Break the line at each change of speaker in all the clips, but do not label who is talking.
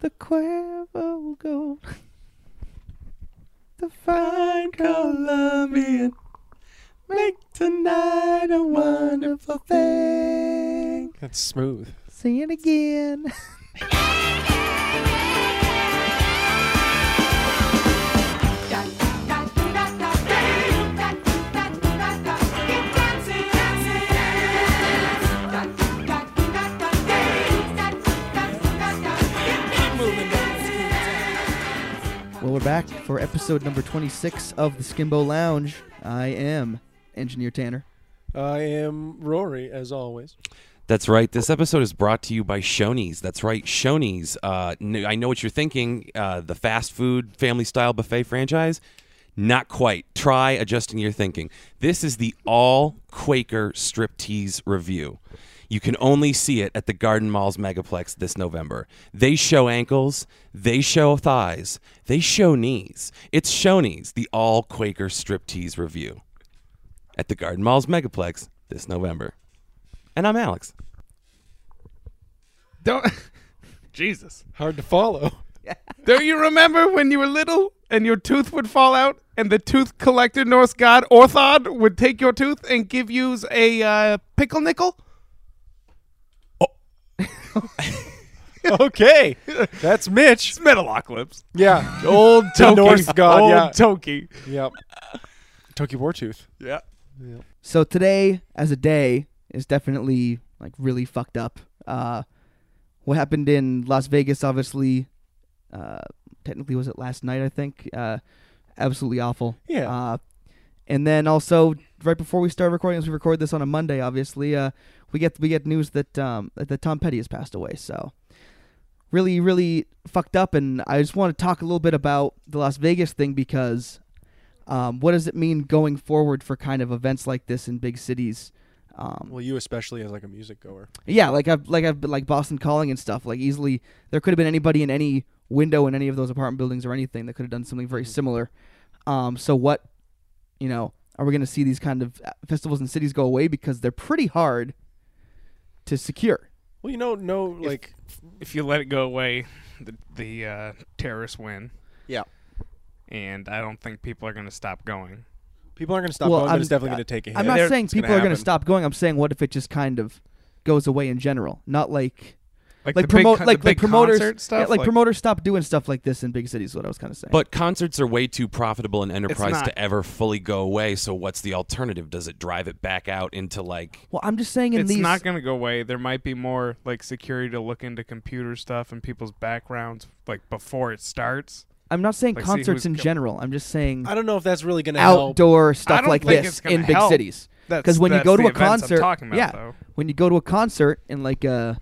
The Quavo gold. The fine Colombian. Make tonight a wonderful thing.
That's smooth.
See it again. Well, we're back for episode number 26 of the Skimbo Lounge. I am Engineer Tanner.
I am Rory, as always.
That's right. This episode is brought to you by Shoney's. That's right, Shoney's. Uh, n- I know what you're thinking. Uh, the fast food family style buffet franchise. Not quite. Try adjusting your thinking. This is the all Quaker striptease review. You can only see it at the Garden Mall's Megaplex this November. They show ankles, they show thighs, they show knees. It's Shoney's, the all Quaker striptease review at the Garden Mall's Megaplex this November. And I'm Alex.
Don't Jesus.
Hard to follow.
Don't you remember when you were little and your tooth would fall out and the tooth collector Norse god Orthod would take your tooth and give you a uh, pickle nickel?
okay, that's Mitch.
It's Metalocalypse.
Yeah,
Old Toki.
Norse god,
Old
yeah.
Toki.
yep. Toki Wartooth.
Yeah.
So today, as a day, is definitely like really fucked up. Uh, what happened in Las Vegas, obviously, uh, technically was it last night? I think. Uh, absolutely awful.
Yeah.
Uh, and then also right before we start recording, as we record this on a Monday, obviously, uh, we get we get news that um, that Tom Petty has passed away. So really, really fucked up. And I just want to talk a little bit about the Las Vegas thing because um, what does it mean going forward for kind of events like this in big cities? Um,
Well, you especially as like a music goer.
yeah, like I've like I've like Boston Calling and stuff. Like easily, there could have been anybody in any window in any of those apartment buildings or anything that could have done something
Mm-hmm.
very similar. Um, so what, you know, are we going to see these kind of uh, festivals and cities go away because they're pretty hard to secure?
Well, you know, no, like
If you let it go away, the, the uh, terrorists win.
Yeah.
And I don't think people are going to stop going.
people aren't going to stop
Well,
going,
I'm-
but it's definitely going to take a hit.
I'm not
they're-
saying
it's gonna
people are going to
happen.
stop going. I'm saying what if it just kind of goes away in general, not like like
the big
promote
con- the
like like
big
promoters
concert stuff,
yeah, like, promoters stop doing stuff like this in big cities. Is what I was kind of saying.
But concerts are way too profitable an enterprise
not.
to ever fully go away. So what's the alternative? Does it drive it back out into like?
well, I'm just saying in
it's
these
not going to go away. There might be more like security to look into computer stuff and people's backgrounds like before it starts.
I'm not saying
Like, see
concerts
who's
in
go-
general. I'm just saying
I don't know if that's really going to help.
outdoor
I
stuff
don't
like
think
this
it's gonna
in big
help.
cities.
That's-
Because when you
that's
go to
the
a
events I'm
concert,
talking about,
yeah,
though.
when you go to a concert in like a,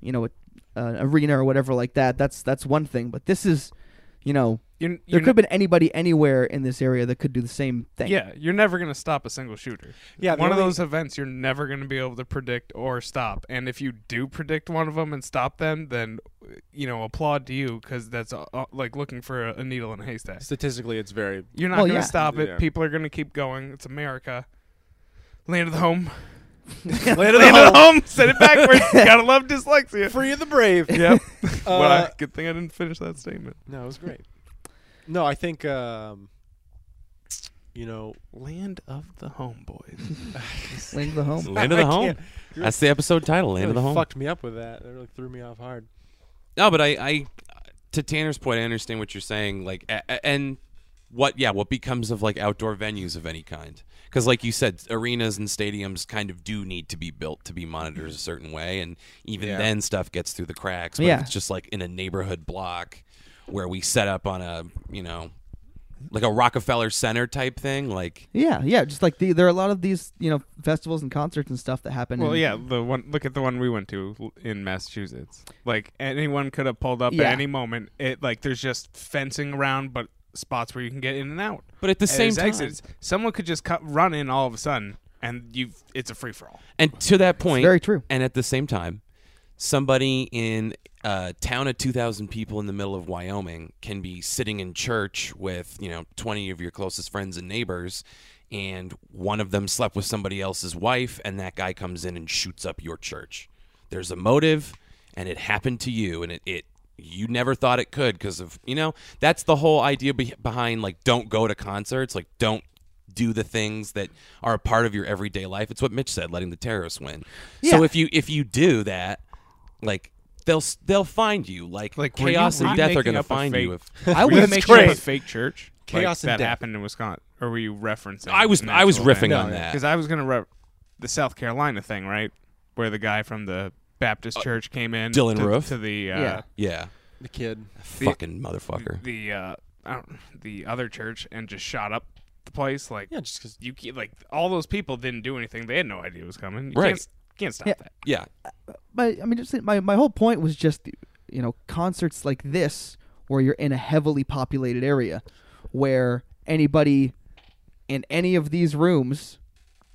you know, a, an arena or whatever like that, that's that's one thing. But this is, you know,
You're, you're
there could
ne-
have been anybody anywhere in this area that could do the same thing.
Yeah, you're never going to stop a single shooter.
Yeah, the
one
only-
of those events you're never going to be able to predict or stop. And if you do predict one of them and stop them, then you know applaud to you because that's uh, uh, like looking for a, a needle in a haystack.
Statistically, it's very.
You're not
Well,
going to
yeah.
stop it.
Yeah.
People are going to keep going. It's America. Land of the home.
Land of the
Land of the
home.
home. Said it backwards. Gotta love dyslexia.
Free of the brave.
Yep. well,
Uh,
I, good thing I didn't finish that statement.
No, it was great. No, I think um, you know.
Land of the homeboys.
Land of the home.
Land of the
I
home.
can't-
That's the episode title. Land of
really
the home.
Fucked me up with that. It really threw me off hard.
No, but I, I, to Tanner's point, I understand what you're saying. Like, a, a- and what, yeah, what becomes of like outdoor venues of any kind? Because, like you said, arenas and stadiums kind of do need to be built to be monitored a certain way, and even
Yeah.
then, stuff gets through the cracks. But
Yeah.
if it's just like in a neighborhood block where we set up on a, you know, like a Rockefeller Center type thing. Like,
Yeah, yeah. Just like the, there are a lot of these, you know, festivals and concerts and stuff that happen.
Well,
in-
yeah, the one. Look at the one we went to l- in Massachusetts. Like anyone could have pulled up
Yeah.
at any moment. It like there's just fencing around, but spots where you can get in and out.
but at the
And
same
there's
time,
exits. someone could just cut, run in all of a sudden, and you it's a free for all.
And to that point,
very true.
And at the same time, somebody in a town of 2,000 people in the middle of Wyoming can be sitting in church with, you know, 20 of your closest friends and neighbors, and one of them slept with somebody else's wife, and that guy comes in and shoots up your church. There's a motive, and it happened to you, and it, it you never thought it could because of you know that's the whole idea be- behind like don't go to concerts like don't do the things that are a part of your everyday life it's what mitch said letting the terrorists win
Yeah.
so if you if you do that like they'll s- they'll find you like,
Like were
chaos
you
and death are
remaking
going to
up a
find you
fake-
if
I
were
would
you
That's
make
making up a
great.
fake church.
Chaos
like,
and
that
death.
happened in Wisconsin, or were you referencing?
I was- I was riffing on that.
because I was going to re- the South Carolina thing, right? Where the guy from the Baptist church came in,
Uh, Dylan
to,
Roof?
to the uh,
Yeah.
yeah
The kid.
fucking motherfucker
the uh, I don't, the other church and just shot up the place. Like
Yeah, just because.
you ca- like all those people didn't do anything. They had no idea it was coming. You
Right.
Can't, s- can't stop
Yeah.
that.
yeah
my I mean just my my whole point was just you know concerts like this where you're in a heavily populated area where anybody in any of these rooms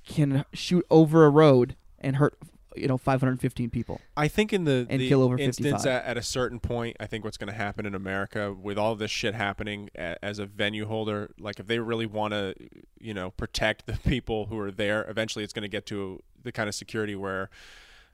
can shoot over a road and hurt you know 515 people.
I think in the,
And
the
kill over
instance
55.
at, at a certain point, I think what's going to happen in America with all this shit happening a, as a venue holder, like if they really want to, you know, protect the people who are there, eventually it's going to get to the kind of security where,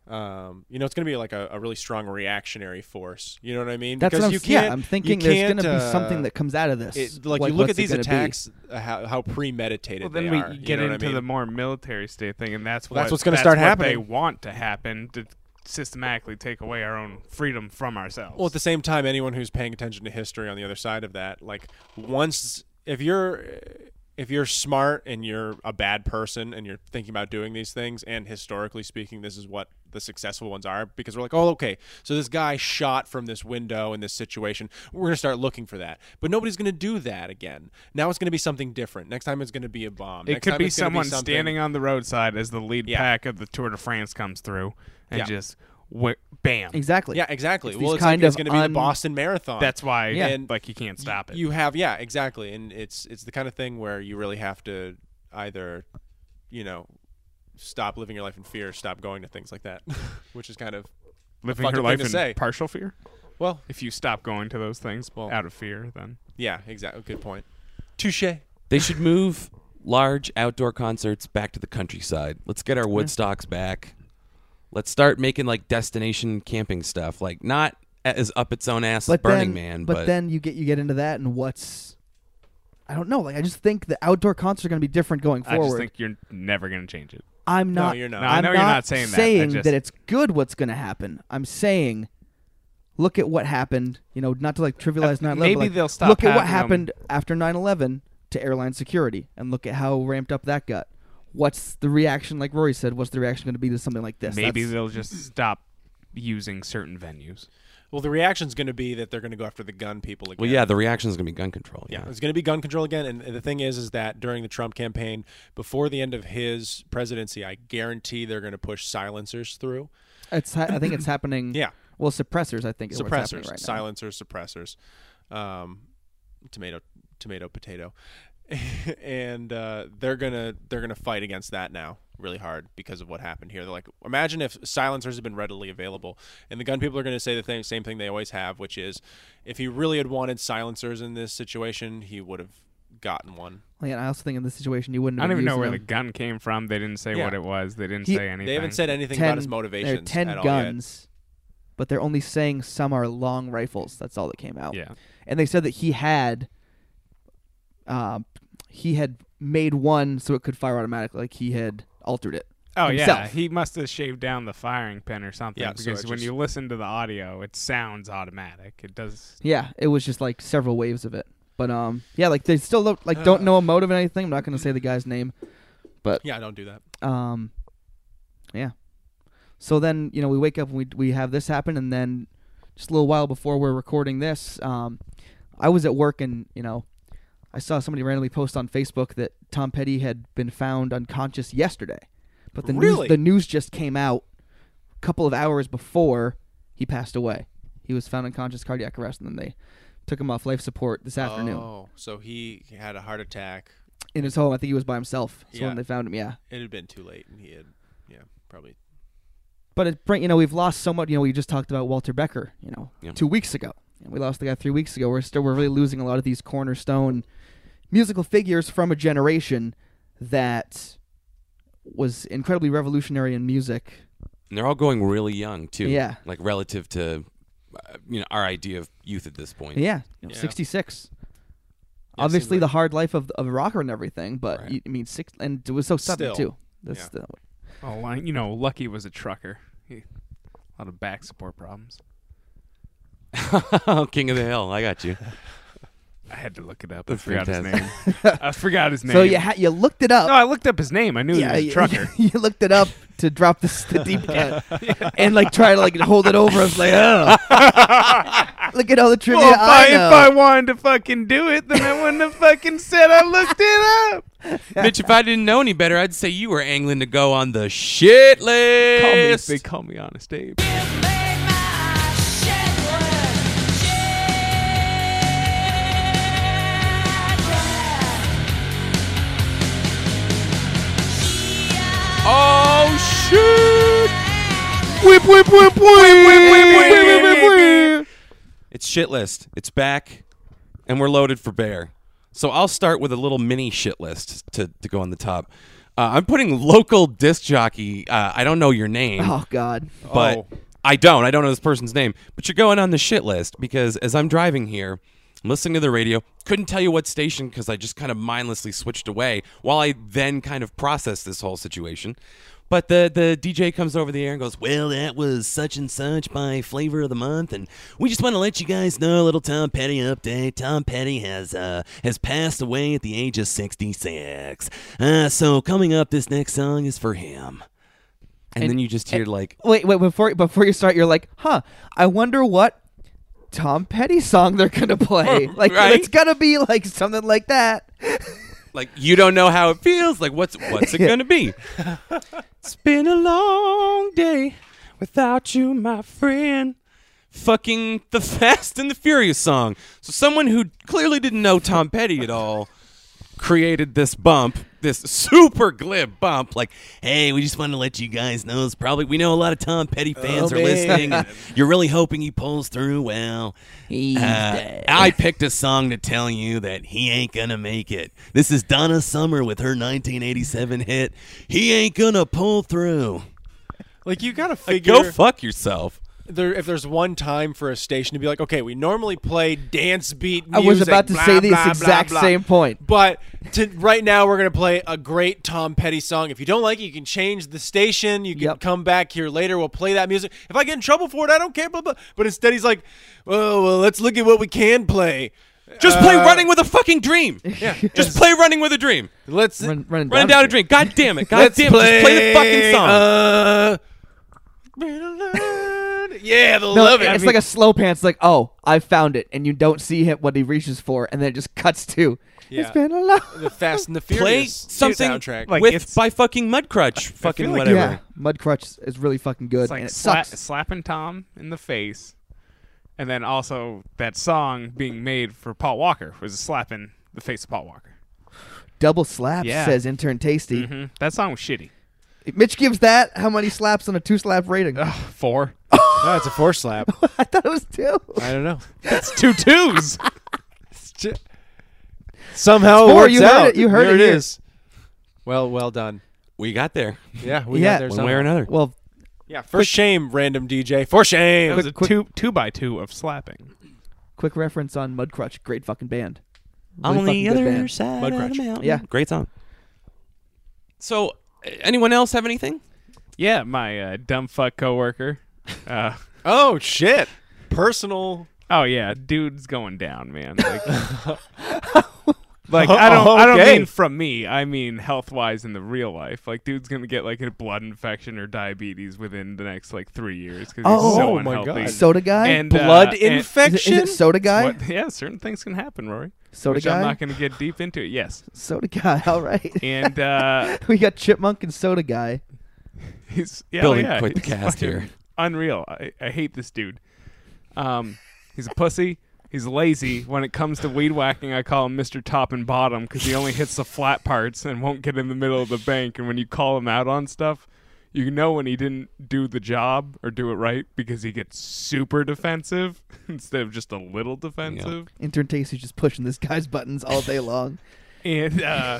um, you know, it's going to be like a, a really strong reactionary force. You know what I mean?
That's
because
what I'm
you
s- yeah,
can't.
I'm
you
thinking there's
can't,
going to be
uh,
something that comes out of this.
It, like, you look
what's
at
it
these
gonna be?
attacks, uh, how, how premeditated
Well, then
they
we
are. you
get
know what I
into
mean?
the more military state thing, and that's
Well, that's
what-
what's gonna start
what They
happening.
want to happen to systematically take away our own freedom from ourselves.
Well, at the same time, anyone who's paying attention to history on the other side of that, like once if you're if you're smart and you're a bad person and you're thinking about doing these things, and historically speaking, this is what the successful ones are because we're like, oh, okay, so this guy shot from this window in this situation. We're gonna start looking for that, but nobody's gonna do that again. Now it's gonna be something different. Next time it's gonna be a bomb.
it
Next
could
time
be
it's gonna
someone
something-
standing on the roadside as the lead
Yeah.
pack of the Tour de France comes through, and
Yeah.
just wh- bam.
Exactly.
Yeah, exactly.
It's
well,
these
it's, like-
kind
it's
of
gonna be
un-
the Boston Marathon.
That's why,
Yeah.
and, like, you can't stop it.
You have, yeah, exactly, and it's it's the kind of thing where you really have to either, you know, stop living your life in fear, stop going to things like that, which is kind of
Living
fucked
your
up
life
thing to
in
say.
partial fear.
well,
If you stop going to those things
Well-
out of fear, then
yeah, exactly. Good point. Touche.
They should move large outdoor concerts back to the countryside. Let's get our Woodstocks back. Let's start making like destination camping stuff. Like not as up its own ass as
but
Burning
then,
Man,
but,
but,
then you get you get into that and what's I don't know. Like I just think the outdoor concerts are going to be different going
I just
forward.
think you're never going to change it.
I'm
No,
not.
you're not. No,
I
I'm
know you're not saying that. I just-
it's good what's going to happen. I'm saying, look at what happened. You know, not to like trivialize 9/11.
Uh, maybe
but, like,
they'll stop
Look at what
having 'em.
happened after 9/11 to airline security, and look at how ramped up that got. What's the reaction? Like Rory said, what's the reaction going to be to something like this?
Maybe
That's-
they'll just stop using certain venues.
Well, the reaction's going to be that they're going to go after the gun people again.
well, yeah, the reaction is gonna be gun control.
Yeah,
Yeah,
it's going to be gun control again. And the thing is, is that during the Trump campaign, before the end of his presidency, I guarantee they're going to push silencers through.
it's. ha- I think it's happening.
Yeah.
Well, suppressors. I think is what's happening
suppressors,
right now.
silencers, suppressors, um, tomato, tomato, potato, and uh, they're gonna they're gonna fight against that now really hard because of what happened here. They're like, imagine if silencers had been readily available, and the gun people are gonna say the thing, same thing they always have, which is, if he really had wanted silencers in this situation, he would have gotten one.
Like, and I also think in this situation you wouldn't.
I
have
don't even
been
know where the
using
gun came from. They didn't say
Yeah.
what it was. They didn't
He-
say anything.
They haven't said anything
them.
about his
ten,
motivations.
there are ten
at all yet.
guns, but they're only saying some are long rifles. That's all that came out.
Yeah.
and they said that he had um he had made one so it could fire automatically like he had altered it
Oh yeah,
himself.
he must have shaved down the firing pin or something.
Yeah, so
because
it
when
just-
you listen to the audio, it sounds automatic. It does.
yeah it was just like several waves of it but um yeah like they still don't, like don't know a motive or anything i'm not gonna say the guy's name
Yeah, don't do that.
um yeah so then you know we wake up and we we have this happen and then just a little while before we're recording this um i was at work and you know i saw somebody randomly post on facebook that tom petty had been found unconscious yesterday but the
Really?
news the news just came out a couple of hours before he passed away he was found unconscious cardiac arrest and then they took him off life support this afternoon
Oh, so he had a heart attack.
in his home i think he was by himself so
Yeah.
when they found him yeah
It had been too late, and he had, yeah, probably
But it bring you know we've lost so much. You know we just talked about Walter Becker. You know
Yeah.
two weeks ago, and we lost the guy three weeks ago. We're still we're really losing a lot of these cornerstone musical figures from a generation that was incredibly revolutionary in music.
and they're all going really young too.
Yeah.
like relative to uh, you know, our idea of youth at this point.
Yeah, you know,
Yeah.
66.
Yeah,
Obviously,
seems
the
like-
hard life of of a rocker and everything, but
Right.
you, I mean, six and it was so sudden
Still.
too. That's
Yeah.
the-
Oh, like, you know, Lucky was a trucker. He, a lot of back support problems.
King of the Hill. I got you.
I had to look it up.
That's
I forgot his name. I forgot his name.
so you ha- you looked it up.
no, I looked up his name. I knew he was a trucker.
You, looked it up to drop this, the deep cut and like try to like hold it over. I was like, oh, look at all the trivia
Well, if I,
I know.
if I wanted to fucking do it, then I wouldn't have fucking said I looked it up.
Bitch, if I didn't know any better, I'd say you were angling to go on the shit
Call me,
list.
they call me Honest Abe.
Made my shit work,
Oh shit!
Whip, whip, whip, whip,
whip, whip, It's shit list. It's back, and we're loaded for bear. So I'll start with a little mini shit list to, to go on the top. Uh, I'm putting local disc jockey. Uh, I don't know your name,
oh God,
but
Oh.
I don't. I don't know this person's name. But you're going on the shit list because as I'm driving here, I'm listening to the radio, couldn't tell you what station because I just kind of mindlessly switched away while I then kind of processed this whole situation. But the, the DJ comes over the air and goes, Well, that was such and such by flavor of the month. And we just want to let you guys know a little Tom Petty update. Tom Petty has uh, has passed away at the age of 66. Uh, so coming up, this next song is for him. And, then you just hear, like,
wait, wait before before you start, you're like, huh? I wonder what Tom Petty song they're gonna play. like
right?
it's gonna be like something like that.
like you don't know how it feels like what's what's it gonna be it's been a long day without you my friend fucking the fast and the furious song so someone who clearly didn't know tom petty at all created this bump, this super glib bump. Like, hey, we just want to let you guys know. It's probably we know a lot of Tom Petty fans are
man.
listening. and you're really hoping he pulls through. Well,
He's
uh, I picked a song to tell you that he ain't gonna make it. This is Donna Summer with her 1987 hit. He ain't gonna pull through.
Like you gotta
Like,
figure
go fuck yourself.
there if there's one time for a station to be like, okay, we normally play dance beat.
I was
music,
about to
blah,
say this
blah, blah,
exact
blah.
same point.
But to, right now, we're gonna play a great Tom Petty song. If you don't like it, you can change the station. You can
Yep.
come back here later. We'll play that music. If I get in trouble for it, I don't care. Blah, blah. But instead, he's like, well, well, let's look at what we can play.
Just play
Uh,
Running with a fucking Dream. Yeah. Just play Running with a Dream.
Let's
Run, running
Running down a dream. God damn it. God
let's
damn it. Just play the fucking song.
uh, yeah, they'll
No,
love it.
It's
I mean-
like a slow pants. Like, oh, I found it, and you don't see him what he reaches for, and then it just cuts to.
Yeah.
It's been a long.
the Fast and the
play
Furious
something
soundtrack.
like-
with
it's-
by fucking Mudcrutch, fucking
like
whatever.
Yeah, Mudcrutch is really fucking good,
It's like
and it
sla-
sucks.
slapping Tom in the face, and then also that song being made for Paul Walker was a slap in the face of Paul Walker.
Double slap
Yeah. Mm.
says intern tasty.
hmm That song was shitty.
Mitch gives that how many slaps on a two slap rating? I
Four.
no, Oh, it's a four slap.
thought it was two.
I don't know.
That's two twos.
J- Somehow it
Four,
works
you heard
out.
it- you heard
There
it here.
is. Well, well done.
We got there
Yeah, we
Yeah.
got there
One
one way or
somehow.
another.
Well,
Yeah, for shame, random DJ. For shame.
It was a
Quick-
two two by two of slapping.
quick reference on Mudcrutch, great fucking band.
On
Really
the
fucking good
other
band.
side of
Mudcrutch.
the mountain.
Yeah.
great song. So, uh, anyone else have anything?
Yeah, my uh, dumb fuck coworker. Uh,
oh shit! Personal.
oh yeah, dude's going down, man. Like, like, I don't I don't
Okay.
mean from me. I mean health wise in the real life. Like dude's gonna get like a blood infection or diabetes within the next like three years because he's
Oh,
so
oh my
unhealthy.
God.
Soda guy.
And, uh,
Blood
and-
is, it,
infection.
is it soda guy?
What, yeah, certain things can happen, Rory.
Soda
which
guy.
I'm not going to get deep into it. Yes,
soda guy. All right.
and uh,
we got Chipmunk and Soda guy.
he's yeah,
Building
oh, yeah,
quite the
he's
cast
fucking
here.
Unreal. I, I hate this dude. Um, he's a pussy. He's lazy. When it comes to weed whacking, I call him Mr. Top and Bottom because he only hits the flat parts and won't get in the middle of the bank. And when you call him out on stuff, you know when he didn't do the job or do it right because he gets super defensive instead of just a little defensive.
Intern Tasty's just pushing this guy's buttons all day long.
And uh,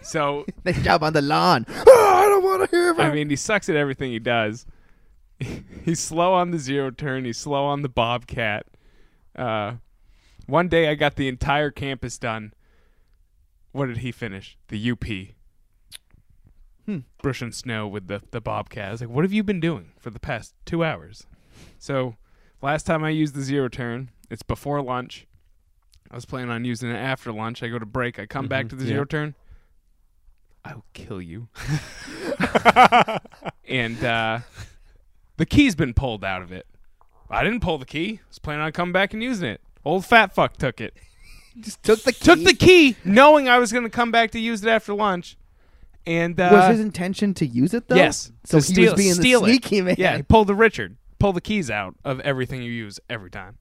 so
Nice job on the lawn. Ah, I don't want to hear about.
I mean, he sucks at everything he does. he's slow on the zero turn. He's slow on the bobcat. Uh, one day I got the entire campus done. What did he finish? The UP.
Hmm.
Brushing snow with the the bobcat. I was like, "What have you been doing for the past two hours?" So, last time I used the zero turn, it's before lunch. I was planning on using it after lunch. I go to break. I come
Mm-hmm.
back to the zero turn. I will kill you. and uh, the key's been pulled out of it. I didn't pull the key. I was planning on coming back and using it. Old fat fuck took it.
Just took the
Took
key.
the key, knowing I was going to come back to use it after lunch. And uh,
was his intention to use it though?
yes,
So
to
he
steal,
was being
steal
the
it.
sneaky man.
Yeah, he pulled the Richard, pull the keys out of everything you use every time.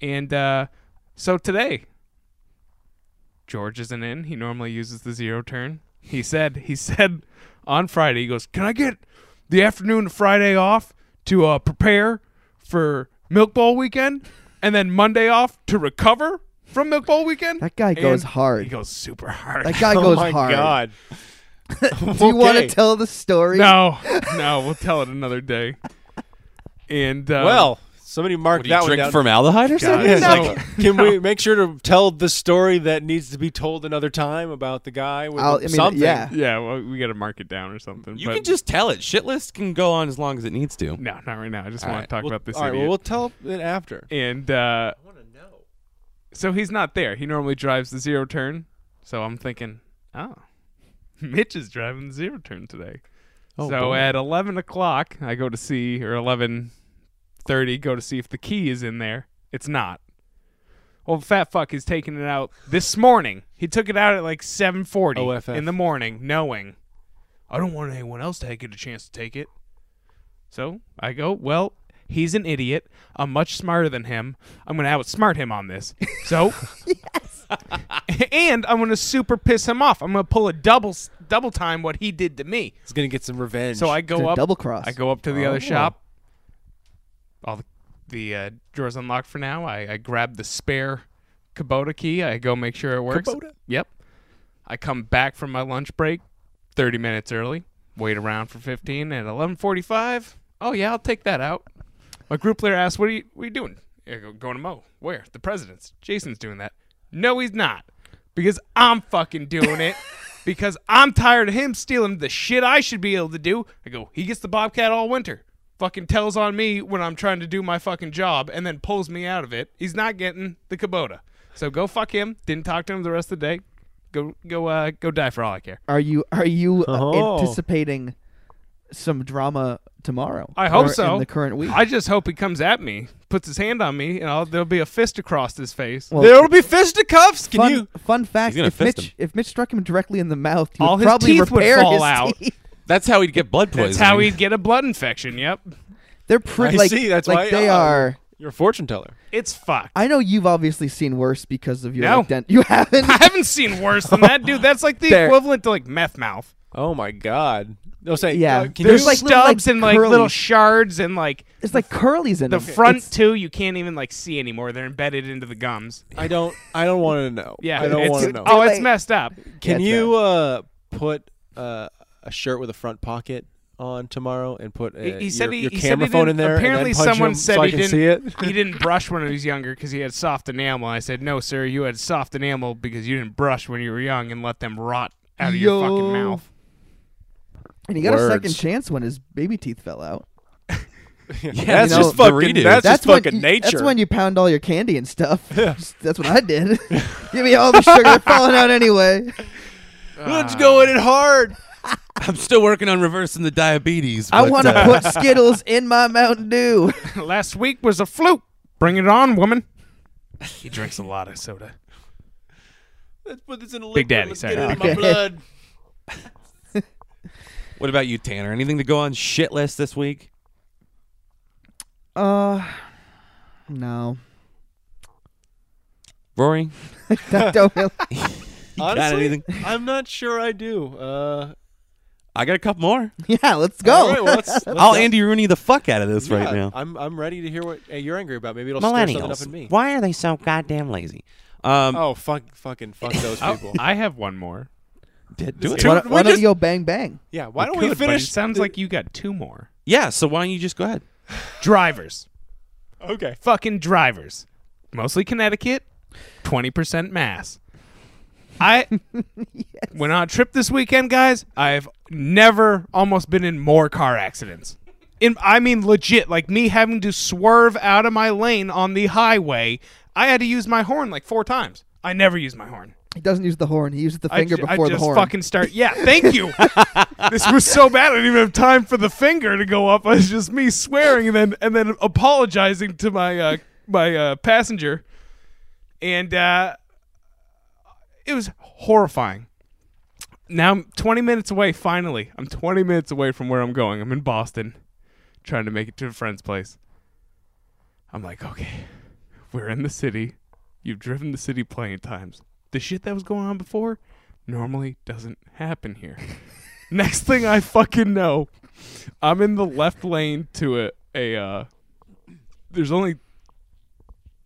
And uh, so today, George isn't in. He normally uses the zero turn. He said he said on Friday he goes, "Can I get the afternoon of Friday off to uh, prepare for Milk Bowl weekend, and then Monday off to recover from Milk Bowl weekend?"
That guy goes
And
hard.
He goes super hard.
That guy
oh
goes
my
hard.
god.
Do you want to
Okay.
tell the story?
no, no, we'll tell it another day. And uh,
Well, somebody marked
What do
that
you
one
drink
down. Uh,
formaldehyde or something?
It's
No.
like, can we make sure to tell the story that needs to be told another time about the guy with
I'll- I mean,
something?
yeah.
Yeah, well, we got to mark it down or something.
You
but
can just tell it. Shit list can go on as long as it needs to.
no, not right now. I just
All
want
right,
to talk
Well,
about this.
all right, well,
idiot.
we'll tell it after.
and uh,
I want to know.
so he's not there. He normally drives the zero turn. So I'm thinking, oh, Mitch is driving the zero turn today.
Oh,
so
boy.
at 11 o'clock, I go to see, or 11:30, go to see if the key is in there. It's not. Well, the fat fuck is taking it out this morning. He took it out at like 7:40
OFF.
in the morning, knowing I don't want anyone else to get a chance to take it. So I go, well, he's an idiot. I'm much smarter than him. I'm going to outsmart him on this. So, and I'm going to super piss him off. I'm going to pull a double double time what he did to me.
He's going to get some revenge.
So I
It's
go
a
up.
double cross.
I go up to the
Oh.
other shop. All the, the uh, doors unlocked for now. I, I grab the spare Kubota key. I go make sure it works.
Kubota?
Yep. I come back from my lunch break, thirty minutes early. Wait around for fifteen. At eleven forty-five. Oh yeah, I'll take that out. My group leader asks, "What are you? What are you doing?" I go, "Going to Mo. Where? The president's. Jason's doing that. No, he's not, because I'm fucking doing it. because I'm tired of him stealing the shit I should be able to do. I go, he gets the bobcat all winter. Fucking tells on me when I'm trying to do my fucking job, and then pulls me out of it. He's not getting the Kubota. So go fuck him. Didn't talk to him the rest of the day. Go go uh go die for all I care.
Are you are you uh,
Oh.
anticipating some drama tomorrow?
I hope
Or
so.
In the current week.
I just hope he comes at me, puts his hand on me, and I'll, there'll be a fist across his face.
Well,
there will be fisticuffs. Can
fun,
you?
fun fact:
He's gonna
if
fist
Mitch
him.
if Mitch struck him directly in the mouth, he
All
would
his
probably
teeth would
repair
fall
his
out.
teeth.
That's how he'd get blood poisoning.
That's how he'd get a blood infection. Yep,
They're pretty.
I
like,
see. That's why
like they
uh,
are.
You're a fortune teller.
it's fucked.
I know you've obviously seen worse because of your
No.
like, dent- You haven't.
I haven't seen worse than that, dude. That's like the
There.
equivalent to like meth mouth.
Oh my god. They'll say,
Yeah.
uh, can
There's
you-
like- little,
stubs and like little
curlies.
shards and like
it's like curlies in
the
them.
front
It's-
two you can't even like see anymore. They're embedded into the gums.
I don't. I don't want to know.
Yeah,
I don't
it's-
want to know.
Oh,
Too
it's
late.
messed up.
Can
That's
you uh, put uh, a shirt with a front pocket on tomorrow and put uh,
He- he
your,
said he-
your
he said
camera
he
phone
didn't-
in there?
apparently
and then punch
someone
him
said
so
he
I can
didn't-
see it.
He didn't brush when he was younger because he had soft enamel. I said, "No, sir, you had soft enamel because you didn't brush when you were young and let them rot out of your
Yo.
fucking mouth."
And he got a second
Words.
chance when his baby teeth fell out.
Yeah,
That's
you know,
just
the
fucking.
redo.
That's, just
when
fucking
you,
nature.
That's when you pound all your candy and stuff. that's what I did. Give me all the sugar falling out anyway.
Let's go in it hard.
I'm still working on reversing the diabetes.
I
but,
want to
uh,
put Skittles in my Mountain Dew.
Last week was a fluke. Bring it on, woman. He drinks a lot of soda.
Let's put this in a liquid.
Big Daddy,
Let's
sorry.
get it in my
Okay.
blood.
What about you, Tanner? Anything to go on shit list this week?
Uh, no,
Rory,
I don't really.
you
Honestly,
got anything?
I'm not sure I do. Uh,
I got a couple more.
Yeah, let's
all
go.
right, well, let's- let's
I'll
go.
Andy Rooney the fuck out of this
Yeah,
right now.
I'm I'm ready to hear what hey, you're angry about. Maybe it'll stir something up in me.
Millennials, why are they so goddamn lazy? Um,
Oh fuck! Fucking fuck those people.
I have one more.
did. Do it.
Dude,
why,
we
why don't
just-
you go bang bang?
Yeah, why don't
Could,
we
but it
finish?
sounds like you got two more.
Yeah. So why don't you just go ahead?
Drivers.
okay.
fucking drivers, mostly Connecticut, twenty percent mass. I went on a trip this weekend, guys. I've never almost been in more car accidents. In I mean legit, like me having to swerve out of my lane on the highway. I had to use my horn like four times. I never use my horn.
He doesn't use the horn. He uses the finger
I, ju- I
before the
just
horn.
fucking start. Yeah, thank you. this was so bad. I didn't even have time for the finger to go up. It was just me swearing and then and then apologizing to my uh, my uh, passenger, and uh, it was horrifying. Now I'm 20 minutes away. Finally, I'm 20 minutes away from where I'm going. I'm in Boston, trying to make it to a friend's place. I'm like, okay, we're in the city. You've driven the city plenty of times. The shit that was going on before normally doesn't happen here. Next thing I fucking know, I'm in the left lane to a a. Uh, there's only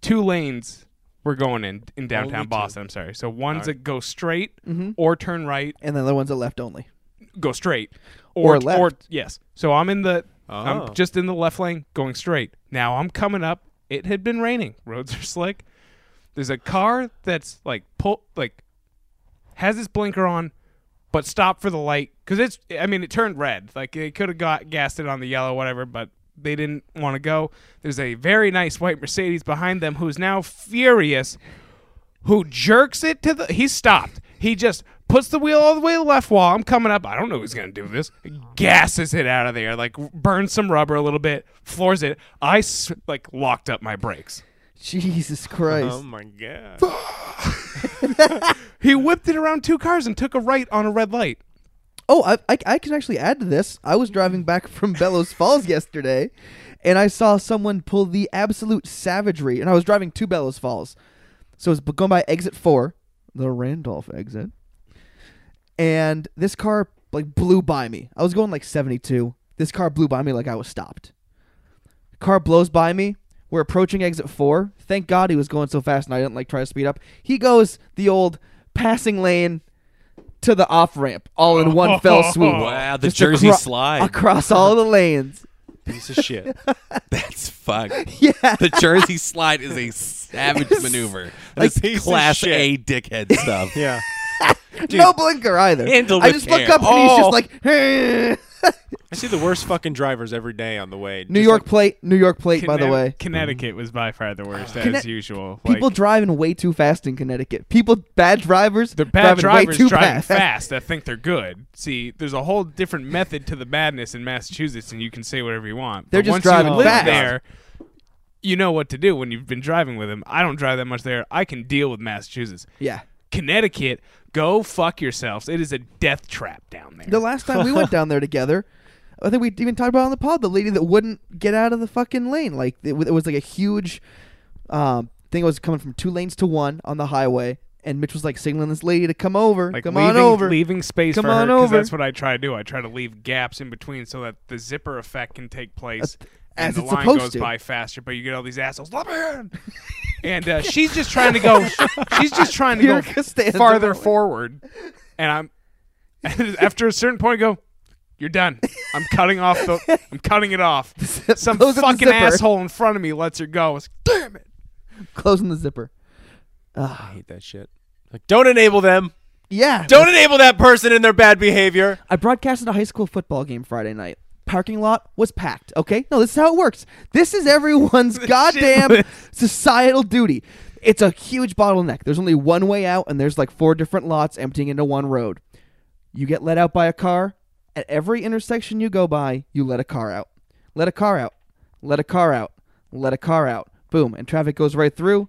two lanes we're going in in downtown
Only two. Mm-hmm.
Boston. I'm sorry. So one's that go straight or turn right,
and then the other one's a left only.
go straight
Or left.
yes. So I'm in the
Oh.
I'm just in the left lane going straight. Now I'm coming up. It had been raining. Roads are slick. There's a car that's like pull like has its blinker on but stopped for the light cuz it's I mean it turned red. Like it could have got gassed it on the yellow whatever, but they didn't want to go. There's a very nice white Mercedes behind them who's now furious who jerks it to the he stopped. He just puts the wheel all the way to the left wall. I'm coming up. I don't know who's gonna do this. Gasses it out of there, like burns some rubber a little bit, floors it. I s- like locked up my brakes.
Jesus Christ!
Oh my god.
He whipped it around two cars and took a right on a red light.
Oh, I, I, I can actually add to this. I was driving back from Bellows Falls yesterday, and I saw someone pull the absolute savagery. And I was driving to Bellows Falls, so it's going by exit four, the Randolph exit. And this car like blew by me. I was going like seventy two. This car blew by me like I was stopped. Car blows by me. We're approaching exit four. Thank God he was going so fast, and I didn't like try to speed up. He goes the old passing lane to the off ramp, all in one fell swoop.
Wow, the
Just
Jersey
acro-
slide.
across all the lanes.
Piece of shit.
That's fuck.
Yeah,
The Jersey slide is a savage maneuver. That's
piece of
class
shit.
A dickhead stuff.
Yeah.
no blinker either.
Handle
I
with
just look
care.
up and he's
Oh.
just like,
I see the worst fucking drivers every day on the way.
New
Just
York
like-
plate, New York plate. by the
Connecti-
way,
Connecticut was by far the worst
Connect-
as usual.
people
like,
driving way too fast in Connecticut. People, bad drivers,
the bad
driving
drivers
way too
driving
fast.
fast that think they're good. See, there's a whole different method to the madness in Massachusetts, and you can say whatever you want.
They're
But
just
once
driving
you live
fast.
there. You know what to do when you've been driving with them. I don't drive that much there. I can deal with Massachusetts.
Yeah.
Connecticut, go fuck yourselves. It is a death trap down there.
The last time we went down there together, I think we even talked about it on the pod the lady that wouldn't get out of the fucking lane. Like it, wa- it was like a huge um, thing. that was coming from two lanes to one on the highway, and Mitch was like signaling this lady to come over,
like
come
leaving,
on over.
leaving space
Come
for
on
her 'cause
over.
that's what I try to do. I try to leave gaps in between so that the zipper effect can take place and
as
the
it's
line
supposed
goes
to.
by faster. But you get all these assholes, "Let me in!" and uh, she's just trying to go. She's just trying to
Erica
go
stands
farther
alone.
forward, and I'm after a certain point, I go. You're done. I'm cutting off the. I'm cutting it off. Some
Close the
fucking
zipper.
asshole in front of me lets her go. I was, Damn it!
Closing the zipper.
I hate that shit. Like, don't enable them.
Yeah.
Don't enable that person in their bad behavior.
I broadcasted a high school football game Friday night. Parking lot was packed. Okay, no, this is how it works. This is everyone's goddamn societal duty. It's a huge bottleneck. There's only one way out, and there's like four different lots emptying into one road. You get let out by a car. At every intersection you go by, you let a car out. Let a car out. Let a car out. Let a car out. Boom, and traffic goes right through.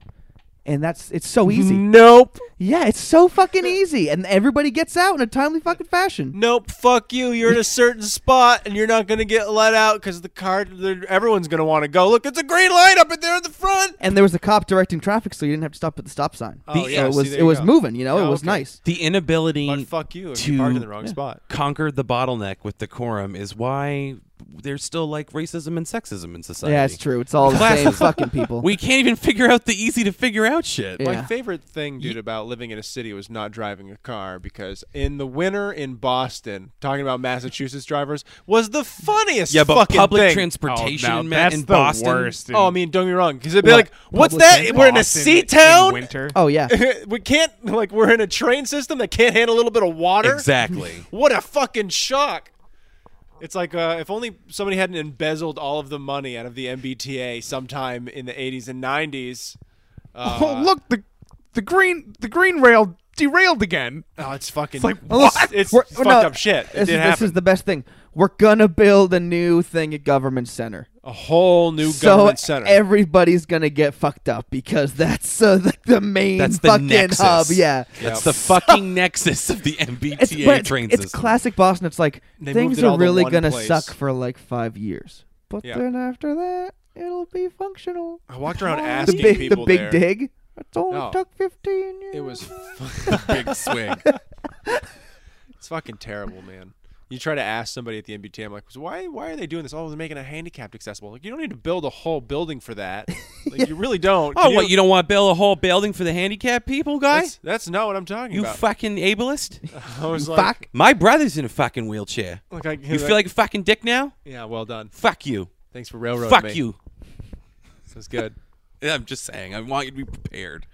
And that's it's so
Mm-hmm.
easy.
Nope.
Yeah, it's so fucking easy, and everybody gets out in a timely fucking fashion.
Nope. Fuck you. You're in a certain spot, and you're not gonna get let out because the car. they're- Everyone's gonna want to go. Look, it's a green light up in there in the front.
and there was a cop directing traffic, so you didn't have to stop at the stop sign.
Oh,
so
yeah,
it
see,
was
there
it
you
was
go.
moving. You know,
Yeah,
it was
okay.
nice.
The inability
But fuck you if
to-
you parked in the wrong
yeah.
spot.
conquered the bottleneck with decorum is why there's still like racism and sexism in society.
Yeah, it's true. It's all the same
Classes.
fucking people.
We can't even figure out the easy to figure out shit.
Yeah.
Like,
My favorite thing, dude, about living in a city was not driving a car because in the winter in Boston, talking about Massachusetts drivers was the funniest.
yeah, but
fucking
public
thing.
transportation
oh, now
man,
that's
in
the
Boston.
worst. dude.
Oh, I mean, don't get me wrong, because they'd be
What?
like, "What's
Public
that? We're in a
Boston
sea town.
winter.
oh yeah,
we can't like we're in a train system that can't handle a little bit of water.
Exactly.
What a fucking shock! It's like uh, if only somebody hadn't embezzled all of the money out of the MBTA sometime in the '80s and '90s. Uh,
oh, look the the green the green rail derailed again.
Oh, it's fucking. It's
like, what?
It's
We're-
fucked
no,
up shit. It
This,
did
is,
happen.
this is the best thing. We're gonna build a new thing at government center.
a whole new
so
government center.
everybody's gonna get fucked up because that's uh, the, the main
That's the
fucking
nexus.
hub. Yeah.
That's the fucking nexus of the MBTA
It's, but it's,
train
it's
system.
classic Boston. It's like
They
things
moved it all
are
to
really
one
gonna
place.
suck for like five years, but
Yeah.
then after that, it'll be functional.
I walked around
The
asking
big, the
people
big
there.
dig. It's only
No.
took fifteen years.
It was
Big swing.
It's fucking terrible, man. You try to ask somebody at the MBTA, I'm like, "So why, why are they doing this? Oh, they're making it handicapped accessible. Like, you don't need to build a whole building for that. Like, you really don't.
Oh, what? You don't want to build a whole building for the handicapped people, guy?
That's, that's not what I'm talking
You
about.
fucking ableist.
I was like,
fuck.
My brother's in a fucking wheelchair.
like I,
You feel like a fucking dick now?
yeah, well done.
Fuck you.
Thanks for railroading
Fuck
me.
you.
This was good.
I'm just saying. I want you to be prepared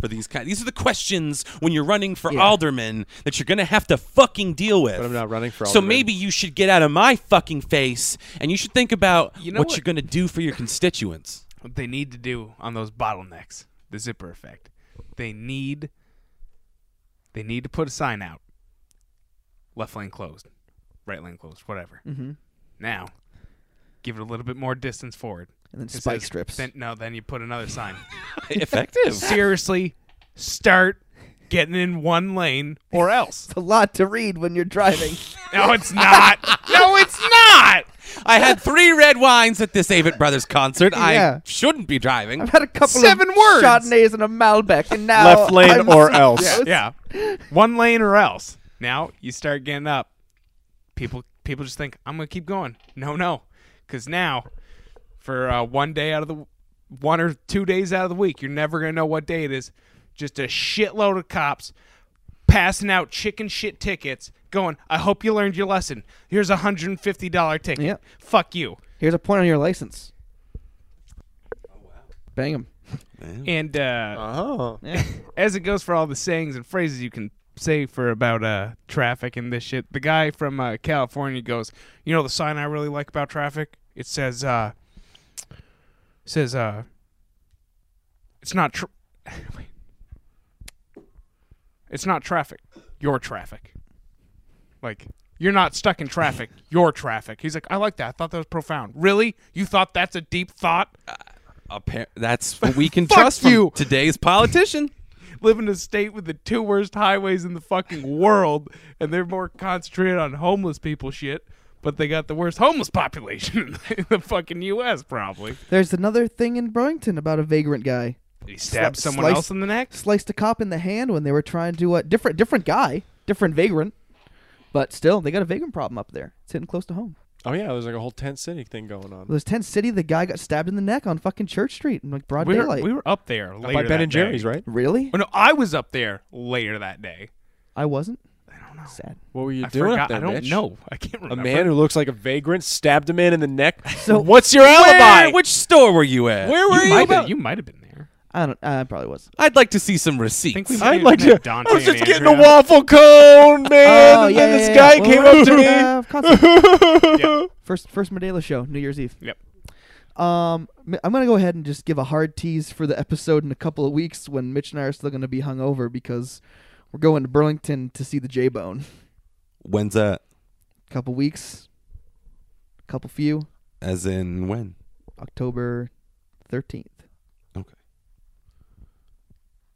for these kind. These are the questions when you're running for
Yeah.
alderman that you're gonna have to fucking deal with.
But I'm not running for.
So
alderman.
maybe you should get out of my fucking face, and you should think about
You know
what,
what-
you're gonna do for your constituents.
what they need to do on those bottlenecks, the zipper effect. They need they need to put a sign out. Left lane closed, right lane closed, whatever. Mm-hmm. Now, give it a little bit more distance forward.
And then
It
spike
says-
strips.
Then, no, then you put another sign.
Effective.
Seriously, start getting in one lane or else.
It's a lot to read when you're driving.
No, it's not. no, it's not.
I had three red wines at this Avett Brothers concert.
Yeah.
I shouldn't be driving.
I've had a couple
Seven
of
words.
Chardonnays and a Malbec, and now
Left lane
I'm
or
so
else.
close.
yeah. One lane or else. Now you start getting up. People people just think I'm gonna keep going. No, no, because now for uh, one day out of the one or two days out of the week, you're never gonna know what day it is. Just a shitload of cops passing out chicken shit tickets. Going, I hope you learned your lesson. Here's a hundred and fifty dollar ticket.
Yep.
Fuck you.
Here's a point on your license.
Oh,
Bang him.
And uh,
Oh,
as it goes for all the sayings and phrases you can say for about uh traffic and this shit the guy from uh, california goes you know the sign i really like about traffic it says uh says uh it's not tr- wait. it's not traffic your traffic like you're not stuck in traffic your traffic he's like i like that i thought that was profound really you thought that's a deep thought
Appar- that's what we can
Fuck
trust from
you.
today's politician.
live in a state with the two worst highways in the fucking world, and they're more concentrated on homeless people shit, but they got the worst homeless population in the fucking U.S. Probably.
There's another thing in Burlington about a vagrant guy
He stabbed
Sli-
someone
slice-
else in the neck.
sliced a cop in the hand when they were trying to uh, different different guy, different vagrant, but still they got a vagrant problem up there. It's hitting close to home.
oh yeah, there's like a whole tent city thing going on.
There's Tent City. The guy got stabbed in the neck on fucking Church Street in like broad
We were,
daylight.
we were up there later
By
that
Ben and
day.
Jerry's, right?
really?
Oh, no, I was up there later that day.
I wasn't. I don't know. Sad.
What were you
I
doing up
forgot.
there,
I don't
Mitch?
know. I can't
A
remember.
man who looks like a vagrant stabbed a man in the neck.
So-
what's your alibi?
Where, which store were you at?
Where were
you
you?
might
about-
have, you might have been there.
I don't. I probably was.
I'd like to see some
I think we
receipts.
might
I'd
have
like
been at
to.
Dante
I was
and
just getting a
Andrea.
waffle cone, man.
oh
and
yeah.
then this
yeah,
guy
yeah.
came
Well,
up to me.
uh, concert.
Yep.
first first Medela show, New Year's Eve.
yep.
Um, m- I'm gonna go ahead and just give a hard tease for the episode in a couple of weeks when Mitch and I are still gonna be hungover because we're going to Burlington to see the J Bone.
When's that?
Couple weeks, couple few,
As in when?
October thirteenth.
Okay.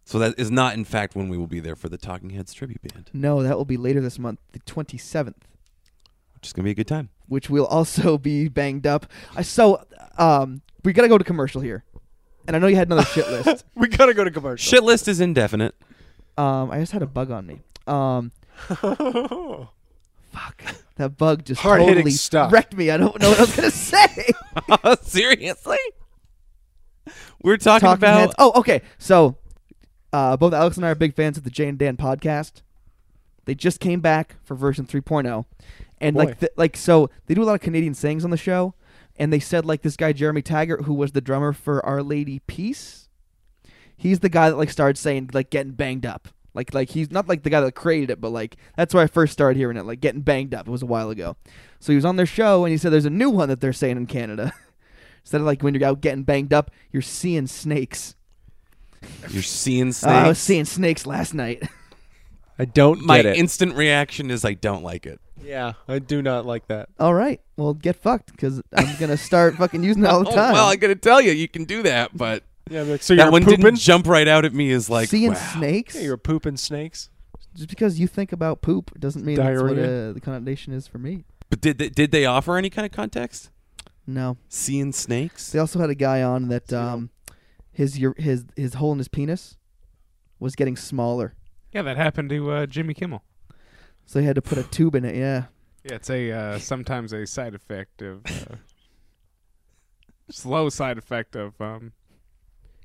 So that is not, in fact, when we will be there for the Talking Heads tribute band,
No, that will be later this month, the twenty seventh,
which is gonna be a good time.
which will also be banged up. I so um, we gotta go to commercial here, and I know you had another shit list.
We gotta go to commercial.
Shit list is indefinite.
Um, I just had a bug on me. Um, fuck. That bug just
Hard-hitting
totally
stuff.
wrecked me. I don't know what I was gonna say.
Oh, Seriously? We're talking
Talking
about
Heads. Oh, okay. So, uh, both Alex and I are big fans of the Jane and Dan podcast. They just came back for version 3.0, and like th- like so they do a lot of Canadian sayings on the show, and they said like this guy Jeremy Taggart who was the drummer for Our Lady Peace, he's the guy that like started saying like getting banged up. Like, like he's not like the guy that created it, but like that's where I first started hearing it. Like getting banged up, it was a while ago. So he was on their show and he said there's a new one that they're saying in Canada. Instead of like when you're out getting banged up, you're seeing snakes.
you're seeing
Uh, I
snakes.
was seeing snakes last night.
I don't
My
get it.
instant reaction is I don't like it.
yeah, I do not like that.
all right, well get fucked because I'm gonna start fucking using it all the
Oh,
time.
well, I gotta tell you, you can do that, but
Yeah, but- so
that
you're
one
pooping.
didn't jump right out at me as like
seeing
wow.
snakes.
Yeah, you're pooping snakes.
Just because you think about poop doesn't mean that's what
Diarrhea.
uh, the connotation is for me.
But did they, did they offer any kind of context?
No,
Seeing snakes?
they also had a guy on that um, his your his his hole in his penis was getting smaller,
Yeah, that happened to uh, Jimmy Kimmel.
so he had to put a tube in it. Yeah,
Yeah, it's a uh, sometimes a side effect of uh, slow side effect of um,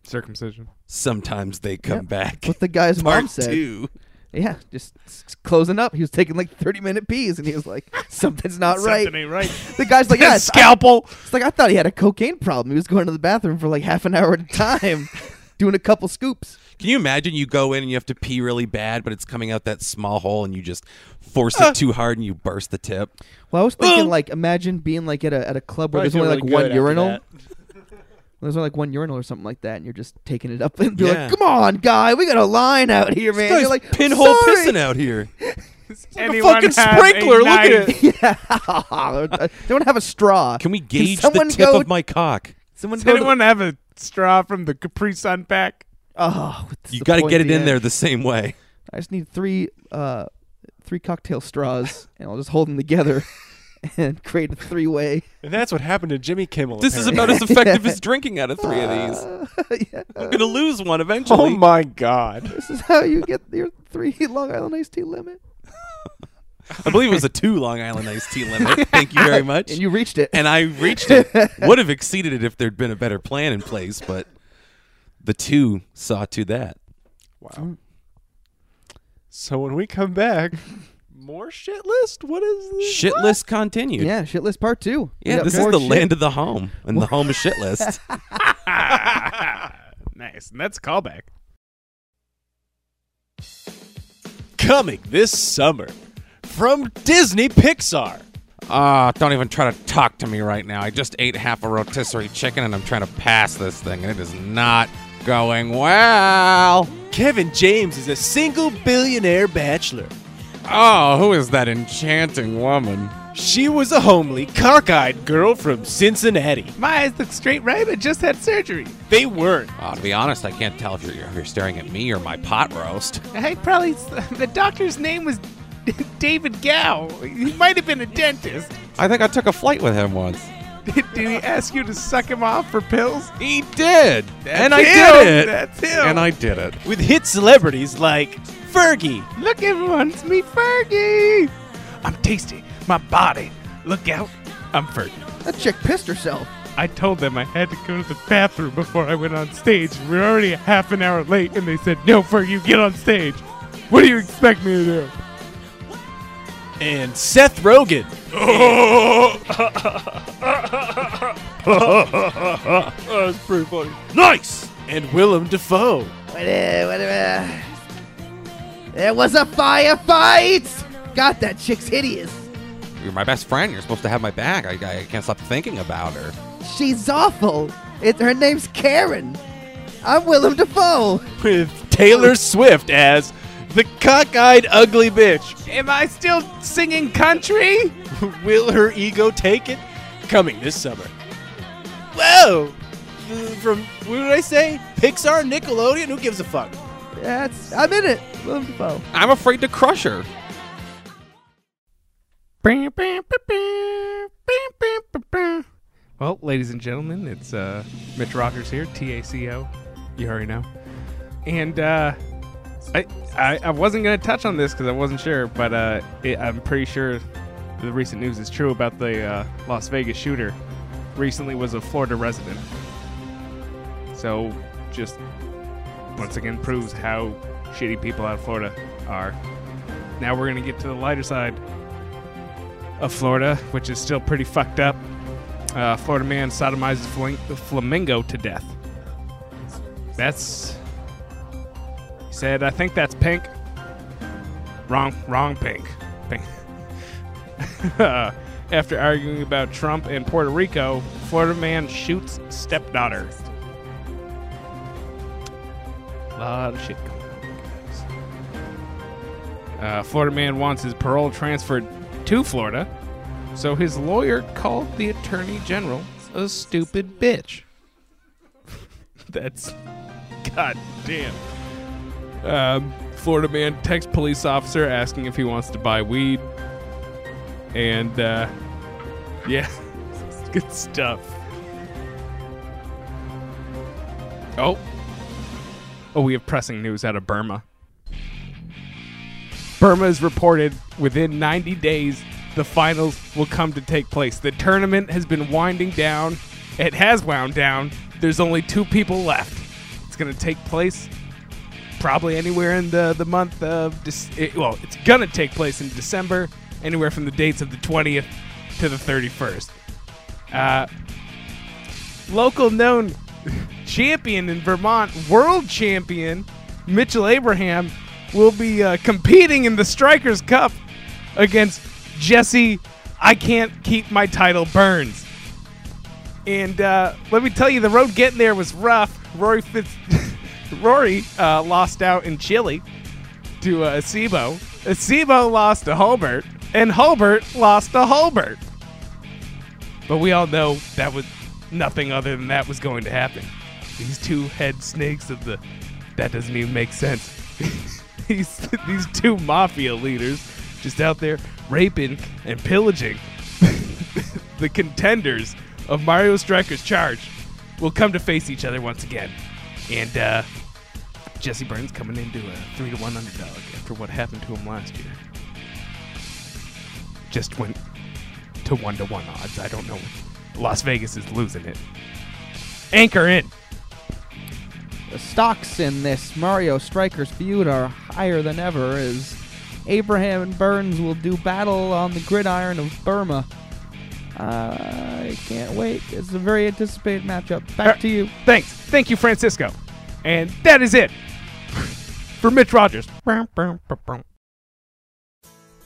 circumcision.
Sometimes they come
Yep.
back.
what the guy's mom
Part
said.
two.
Yeah, just s- s- closing up. He was taking like 30 minute pees, and he was like, "Something's
Uh,
not right."
Something ain't right.
The guy's like, yeah, it's,
Scalpel.
it's like I thought he had a cocaine problem. He was going to the bathroom for like half an hour at a time, doing a couple scoops.
Can you imagine you go in and you have to pee really bad, but it's coming out that small hole and you just force
Ah.
it too hard and you burst the tip?
Well, I was thinking like, imagine being like at a at a club where
Probably
there's only
feel
like
really good
one
after
urinal.
that.
There's only like one urinal or something like that, and you're just taking it up and be
Yeah.
like, "Come on, guy, we got a line out here, man."
Guys,
You're like
pinhole
"Sorry."
pissing out here.
Anyone
fucking
have a
sprinkler, look at
knife?
it.
yeah, don't have a straw.
Can we gauge the
someone
tip
go-
of my cock?
Someone
Does
go to-
anyone have a straw from the Capri Sun pack?
Oh,
You got to get it in there the same way.
I just need three uh, three cocktail straws, and I'll just hold them together and create a three way.
And that's what happened to Jimmy Kimmel.
This is about
apparently.
as effective as drinking out of three of these.
yeah.
I'm gonna lose one
Oh
eventually.
my god.
This is how you get your three Long Island iced tea limit,
I believe it was a two Long Island iced tea limit. Thank you very much.
and you reached it.
and I reached it. Would have exceeded it if there'd been a better plan in place, but the two saw to that.
Wow. So when we come back, more shit list. What is this?
Shit list continued.
yeah, shit list part two. We
Yeah,
got
this is
more
the
shit.
land of the home and the home of shit list.
Nice, and that's a callback.
coming this summer from Disney Pixar.
Ah, don't even try to talk to me right now. I just ate half a rotisserie chicken and I'm trying to pass this thing, and it is not going well.
Kevin James is a single billionaire bachelor.
Oh, who is that enchanting woman?
She was a homely, cockeyed girl from Cincinnati.
My eyes look straight right. I just had surgery.
They weren't.
Oh, to be honest, I can't tell if you're, if you're staring at me or my pot roast.
I probably the doctor's name was David Gow. He might have been a dentist.
I think I took a flight with him once.
Did he ask you to suck him off for pills?
He did, and I
him.
did it,
That's him.
and I did it.
With hit celebrities like Fergie,
Look, everyone, it's me, Fergie. I'm tasty. My body. Look out. I'm Fergie.
That chick pissed herself.
I told them I had to go to the bathroom before I went on stage. We were already a half an hour late, and they said, No, Fergie, get on stage. What do you expect me to do?
and Seth Rogen. That's pretty funny. Nice! And Willem Dafoe.
Wait a- wait a- There was a firefight. God, that chick's hideous.
You're my best friend. You're supposed to have my back. I, I can't stop thinking about her.
She's awful. It, her name's Karen. I'm Willem Dafoe.
With Taylor Swift as the cockeyed ugly bitch.
Am I still singing country?
Will her ego take it? Coming this summer. Whoa! From, what did I say? Pixar, Nickelodeon? Who gives a fuck?
That's I'm in it. Willem Dafoe.
I'm afraid to crush her.
Well, ladies and gentlemen, it's uh, Mitch Rockers here, TACO. You already know. And uh, I, I, I wasn't going to touch on this because I wasn't sure, but uh, it, I'm pretty sure the recent news is true about the uh, Las Vegas shooter, recently was a Florida resident. So, just once again proves how shitty people out of Florida are. Now we're going to get to the lighter side of Florida, which is still pretty fucked up. Uh, Florida man sodomizes fling- flamingo to death. That's. He said, I think that's pink. Wrong, wrong pink. Pink. After arguing about Trump and Puerto Rico, Florida man shoots stepdaughter. lot of shit going on, guys. Uh, Florida man wants his parole transferred to Florida, so his lawyer called the attorney general a stupid bitch. That's god damn. Um, Florida man texts police officer asking if he wants to buy weed, and uh, yeah, good stuff. Oh, Oh, we have pressing news out of Burma. Burma is reported within 90 days the finals will come to take place. The tournament has been winding down. It has wound down. There's only two people left. It's going to take place probably anywhere in the, the month of Dec- it, well, it's going to take place in December, anywhere from the dates of the 20th to the 31st. Uh, local known champion in Vermont, world champion Mitchell Abraham, will be uh, competing in the Strikers Cup against Jesse. I can't keep my title, Burns. And uh, let me tell you, the road getting there was rough. Rory Fitz, Rory uh, lost out in Chile to uh, Acebo. Acebo lost to Hulbert, and Hulbert lost to Hulbert. But we all know that was nothing other than that was going to happen. These two head snakes of the that doesn't even make sense. these these two mafia leaders just out there raping and pillaging the contenders of Mario Striker's charge will come to face each other once again. And uh, Jesse Burns coming into a three to one underdog after what happened to him last year. Just went to one to one odds. I don't know. Las Vegas is losing it. Anchor in.
The stocks in this Mario Strikers feud are higher than ever as Abraham and Burns will do battle on the gridiron of Burma. I can't wait. It's a very anticipated matchup. Back to you.
Thanks. Thank you, Francisco. And that is it for Mitch Rogers. Brum, brum, brum, brum.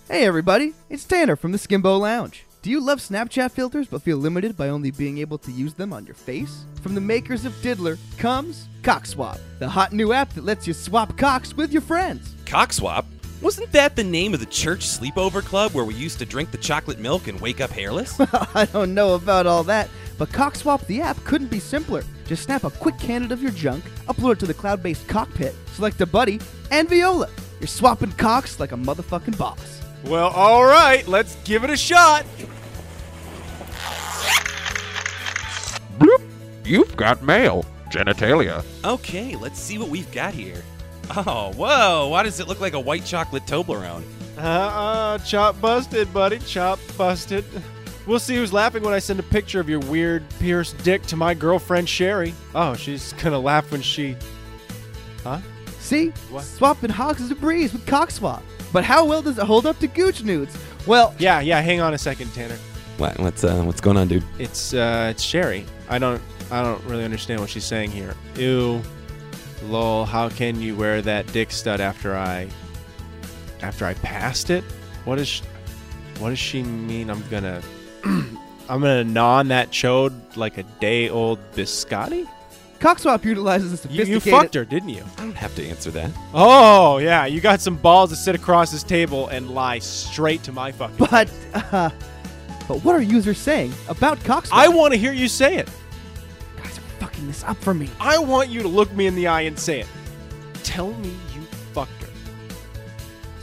Hey everybody, it's Tanner from the Skimbo Lounge. Do you love Snapchat filters but feel limited by only being able to use them on your face? From the makers of Diddler comes CockSwap, the hot new app that lets you swap cocks with your friends.
Cockswap? Wasn't that the name of the church sleepover club where we used to drink the chocolate milk and wake up hairless?
I don't know about all that, but CockSwap the app couldn't be simpler. Just snap a quick candid of your junk, upload it to the cloud based cockpit, select a buddy, and Viola. You're swapping cocks like a motherfucking boss.
Well, all right, let's give it a shot.
You've got mail. Genitalia.
okay, let's see what we've got here. Oh, whoa, why does it look like a white chocolate Toblerone?
Uh uh, chop busted, buddy. Chop busted. We'll see who's laughing when I send a picture of your weird pierced dick to my girlfriend Sherry. Oh, she's gonna laugh when she.
See?
What?
Swapping hogs is a breeze with CockSwap. But how well does it hold up to Gooch nudes? Well,
Yeah, yeah. Hang on a second, Tanner.
What, what's uh, what's going on, dude?
It's uh, it's Sherry. I don't, I don't really understand what she's saying here. Ew, lol. How can you wear that dick stud after I, after I passed it? What is, sh- what does she mean? I'm gonna, I'm gonna non that chode like a day old biscotti.
CockSwap utilizes a
You,
sophisticated.
you fucked her, didn't you?
I don't have to answer that.
Oh yeah, you got some balls to sit across this table and lie straight to my fucking.
But, uh, but what are users saying about CockSwap?
I want to hear you say it.
guys are fucking this up for me.
I want you to look me in the eye and say it. Tell me you fucked her.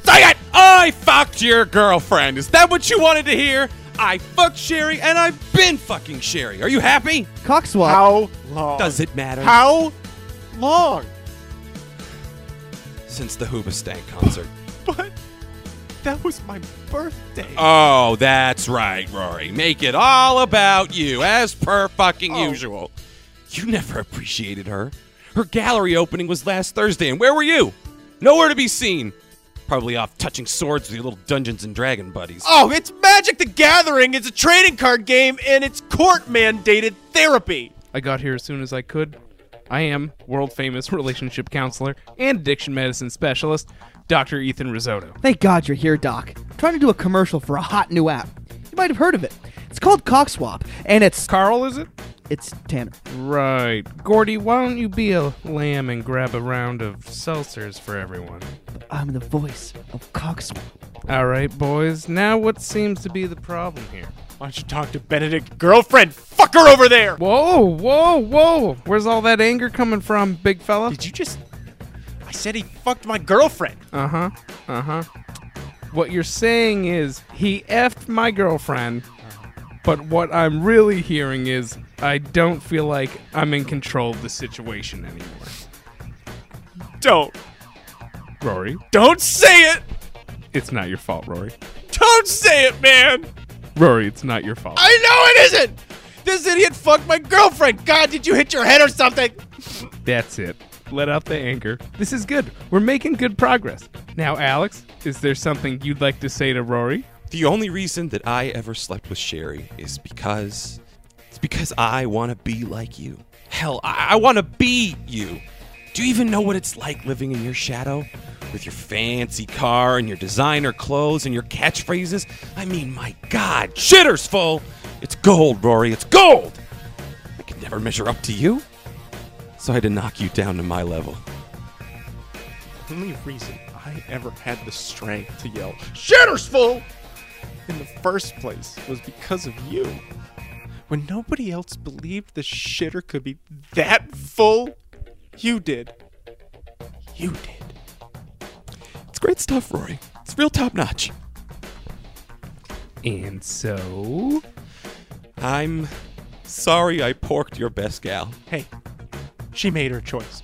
Say it! I fucked your girlfriend. Is that what you wanted to hear? I fucked Sherry and I've been fucking Sherry. Are you happy?
CockSwap.
How long?
Does it matter?
How long?
Since the Hoobastank concert.
But that was my birthday.
Oh, that's right, Rory. Make it all about you, as per fucking usual. You never appreciated her. Her gallery opening was last Thursday, and where were you? Nowhere to be seen. Probably off touching swords with your little Dungeons and Dragon buddies.
Oh, it's Magic the Gathering. It's a trading card game, and it's court mandated therapy.
I got here as soon as I could. I am world famous relationship counselor and addiction medicine specialist, Dr. Ethan Risotto.
Thank God you're here, Doc. I'm trying to do a commercial for a hot new app. You might have heard of it. It's called Cockswap, and it's
Carl, is it?
it's Tanner.
Right. Gordy, why don't you be a lamb and grab a round of seltzers for everyone?
I'm the voice of Cockswap.
All right, boys. Now, what seems to be the problem here?
Why don't you talk to Benedict girlfriend? Fuck her over there.
Whoa, whoa, whoa! Where's all that anger coming from, big fella?
Did you just? I said he fucked my girlfriend.
Uh huh. Uh huh. What you're saying is he effed my girlfriend, but what I'm really hearing is I don't feel like I'm in control of the situation anymore.
Don't,
Rory,
don't say it.
it's not your fault, Rory.
Don't say it, man.
Rory, it's not your fault.
I know it isn't. This idiot fucked my girlfriend. God, did you hit your head or something?
That's it. Let out the anger. This is good. We're making good progress. Now, Alex, is there something you'd like to say to Rory?
The only reason that I ever slept with Sherry is because it's because I want to be like you. Hell, I, I want to be you. Do you even know what it's like living in your shadow? With your fancy car and your designer clothes and your catchphrases? I mean, my God, shitter's full! It's gold, Rory, it's gold! I could never measure up to you. So I had to knock you down to my level.
The only reason I ever had the strength to yell "Shitter's full" in the first place was because of you. When nobody else believed the shitter could be that full, you did. You did.
It's great stuff, Rory. It's real top notch.
And so.
I'm sorry I porked your best gal.
Hey, she made her choice.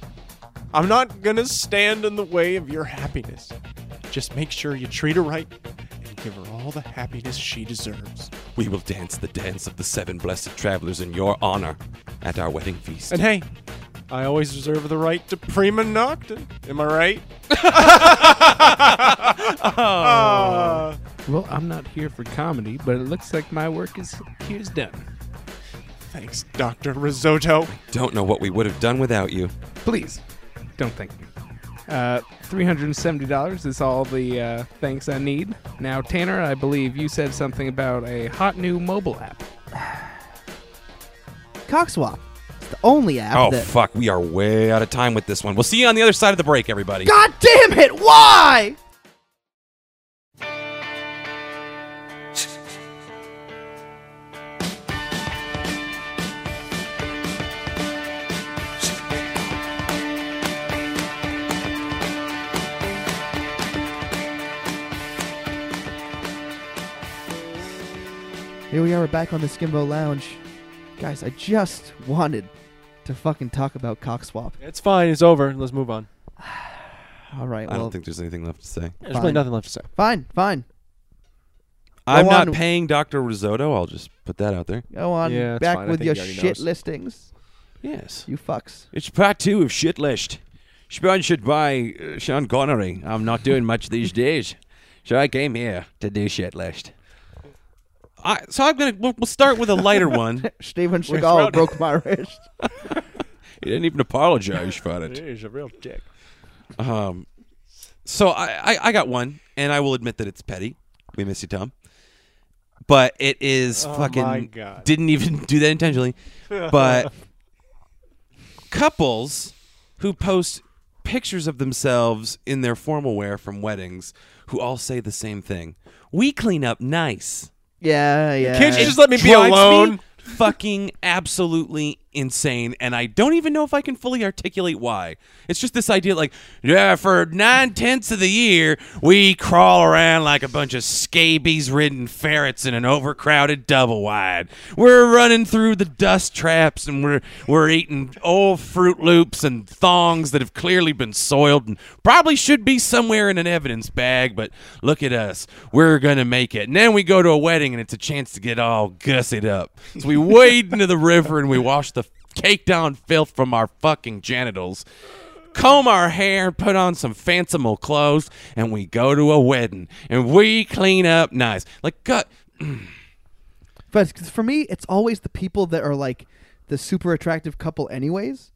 I'm not gonna stand in the way of your happiness. Just make sure you treat her right and give her all the happiness she deserves.
We will dance the dance of the seven blessed travelers in your honor at our wedding feast.
And hey, I always reserve the right to prima nocta. Am I right? Ah.
Well, I'm not here for comedy, but it looks like my work is here's done.
Thanks, Dr. Risotto.
Don't know what we would have done without you.
Please, don't thank me. Uh, $370 is all the uh, thanks I need. Now, Tanner, I believe you said something about a hot new mobile app.
Cockswap. It's the only app
Oh,
that.
fuck. We are way out of time with this one. We'll see you on the other side of the break, everybody.
God damn it! Why? Here we are, we're back on the Skimbo Lounge. Guys, I just wanted to fucking talk about Cockswap.
It's fine. It's over. Let's move on.
All right,
I
well,
don't think there's anything left to say.
There's
really Fine. nothing
left to say.
fine, fine.
I'm
Go
not
on.
paying Dr. Risotto. I'll just put that out there.
Go on
Yeah, it's
back
fine. I
with
think
your
he already
shit
knows.
listings,
Yes.
you fucks.
It's part two of Shit List. Sponsored by uh, Sean Connery. I'm not doing much these days. So I came here to do Shit List. I, so I'm going to, we'll, we'll start with a lighter one.
Steven Seagal broke my wrist.
He didn't even apologize for it.
He's a real dick.
Um, so I, I, I got one, and I will admit that it's petty. We miss you, Tom. But it is
Oh
fucking.
my God.
Didn't even do that intentionally. But couples who post pictures of themselves in their formal wear from weddings who all say the same thing we clean up nice
Yeah, yeah.
Can't you just let me be
drives
alone?
fucking absolutely insane, and I don't even know if I can fully articulate why. It's just this idea, like, yeah, for nine tenths of the year, we crawl around like a bunch of scabies-ridden ferrets in an overcrowded double wide. We're running through the dust traps, and we're we're eating old Fruit Loops and thongs that have clearly been soiled and probably should be somewhere in an evidence bag. But look at us, we're gonna make it. And then we go to a wedding, and it's a chance to get all gussied up. So we wade into the river and we wash the cake down filth from our fucking genitals comb our hair, put on some fanciful clothes, and we go to a wedding and we clean up nice. Like, God,
But it's- for me, it's always the people that are like the super attractive couple, anyways.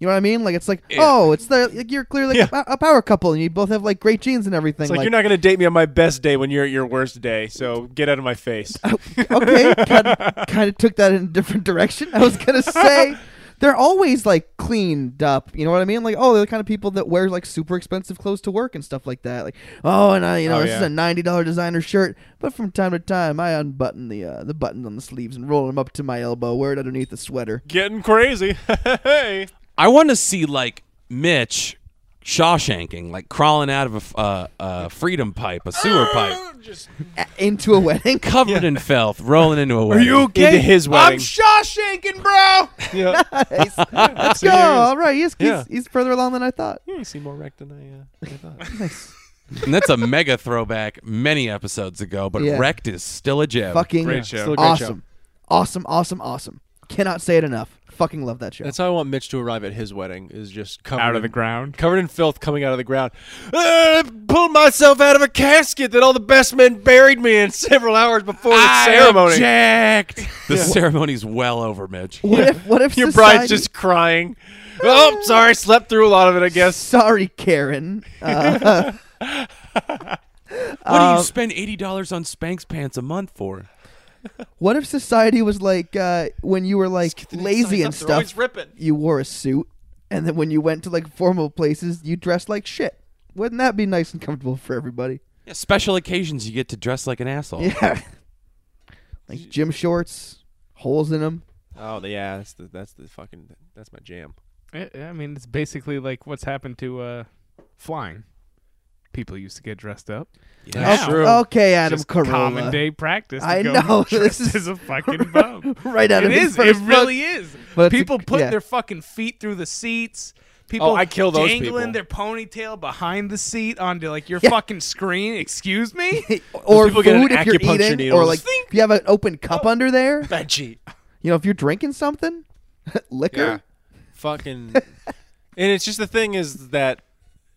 You know what I mean? Like it's like, oh, it's the like, you're clearly
Yeah.
a, a power couple, and you both have like great genes and everything.
It's like, you're not going to date me on my best day when you're at your worst day. So get out of my face.
okay, kind of, kind of took that in a different direction. I was gonna say they're always like cleaned up. You know what I mean? Like, oh, they're the kind of people that wear like super expensive clothes to work and stuff like that. Like, oh, and I, you know,
Oh,
this is
yeah.
a ninety dollar designer shirt, but from time to time, I unbutton the uh, the buttons on the sleeves and roll them up to my elbow, wear it underneath the sweater.
Getting crazy. hey.
I want to see like Mitch Shawshanking, like crawling out of a f- uh, uh, freedom pipe, a sewer
Ah!
pipe,
Just
A- into a wedding.
covered in filth, rolling into a wedding.
into his wedding.
Shawshanking, bro.
yeah.
Let's go. All right, he's, he's,
Yeah.
he's further along than I thought.
you seem more wrecked than I, uh, I thought.
and that's a mega throwback many episodes ago, but
Yeah.
Wrecked is still a gem.
Fucking
Great show. Still a great show.
awesome, awesome, awesome, awesome. Cannot say it enough. Fucking love that show.
That's how I want Mitch to arrive at his wedding is just covered
out of the
in-
ground.
covered in filth coming out of the ground. Uh, pulled myself out of a casket that all the best men buried me in several hours before the
I
ceremony.
object. The ceremony's well over, Mitch.
What if what if
Your
society-
bride's just crying. oh, sorry, slept through a lot of it, I guess.
sorry, Karen. Uh,
What do
Um,
you spend eighty dollars on Spanx pants a month for?
what if society was like uh, when you were like lazy and
They're
stuff?
always ripping.
You wore a suit, and then when you went to like formal places, you dressed like shit. Wouldn't that be nice and comfortable for everybody?
Yeah, special occasions you get to dress like an asshole.
Yeah, like gym shorts, holes in them.
Oh yeah, that's the that's the fucking that's my jam.
I I mean, it's basically like what's happened to uh, flying. People used to get dressed up.
That's
Now,
true.
Oh, Okay, Adam
Just common
Carolla.
day practice. to
I
go
know, this
dressed
is-
as a fucking bum.
Right out
It
of his
is. It
first book.
really is.
But it's a-
people putting
yeah.
their fucking feet through the seats. People
Oh, I kill those people.
dangling their ponytail behind the seat onto like your
Yeah.
fucking screen. Excuse me.
or
people
food
get an
if you're
acupuncture
eating,
needle.
or like
Think-
if you have an open cup
Oh.
under there.
Veggie.
You know, if you're drinking something, liquor.
Yeah. Fucking. and it's just the thing is that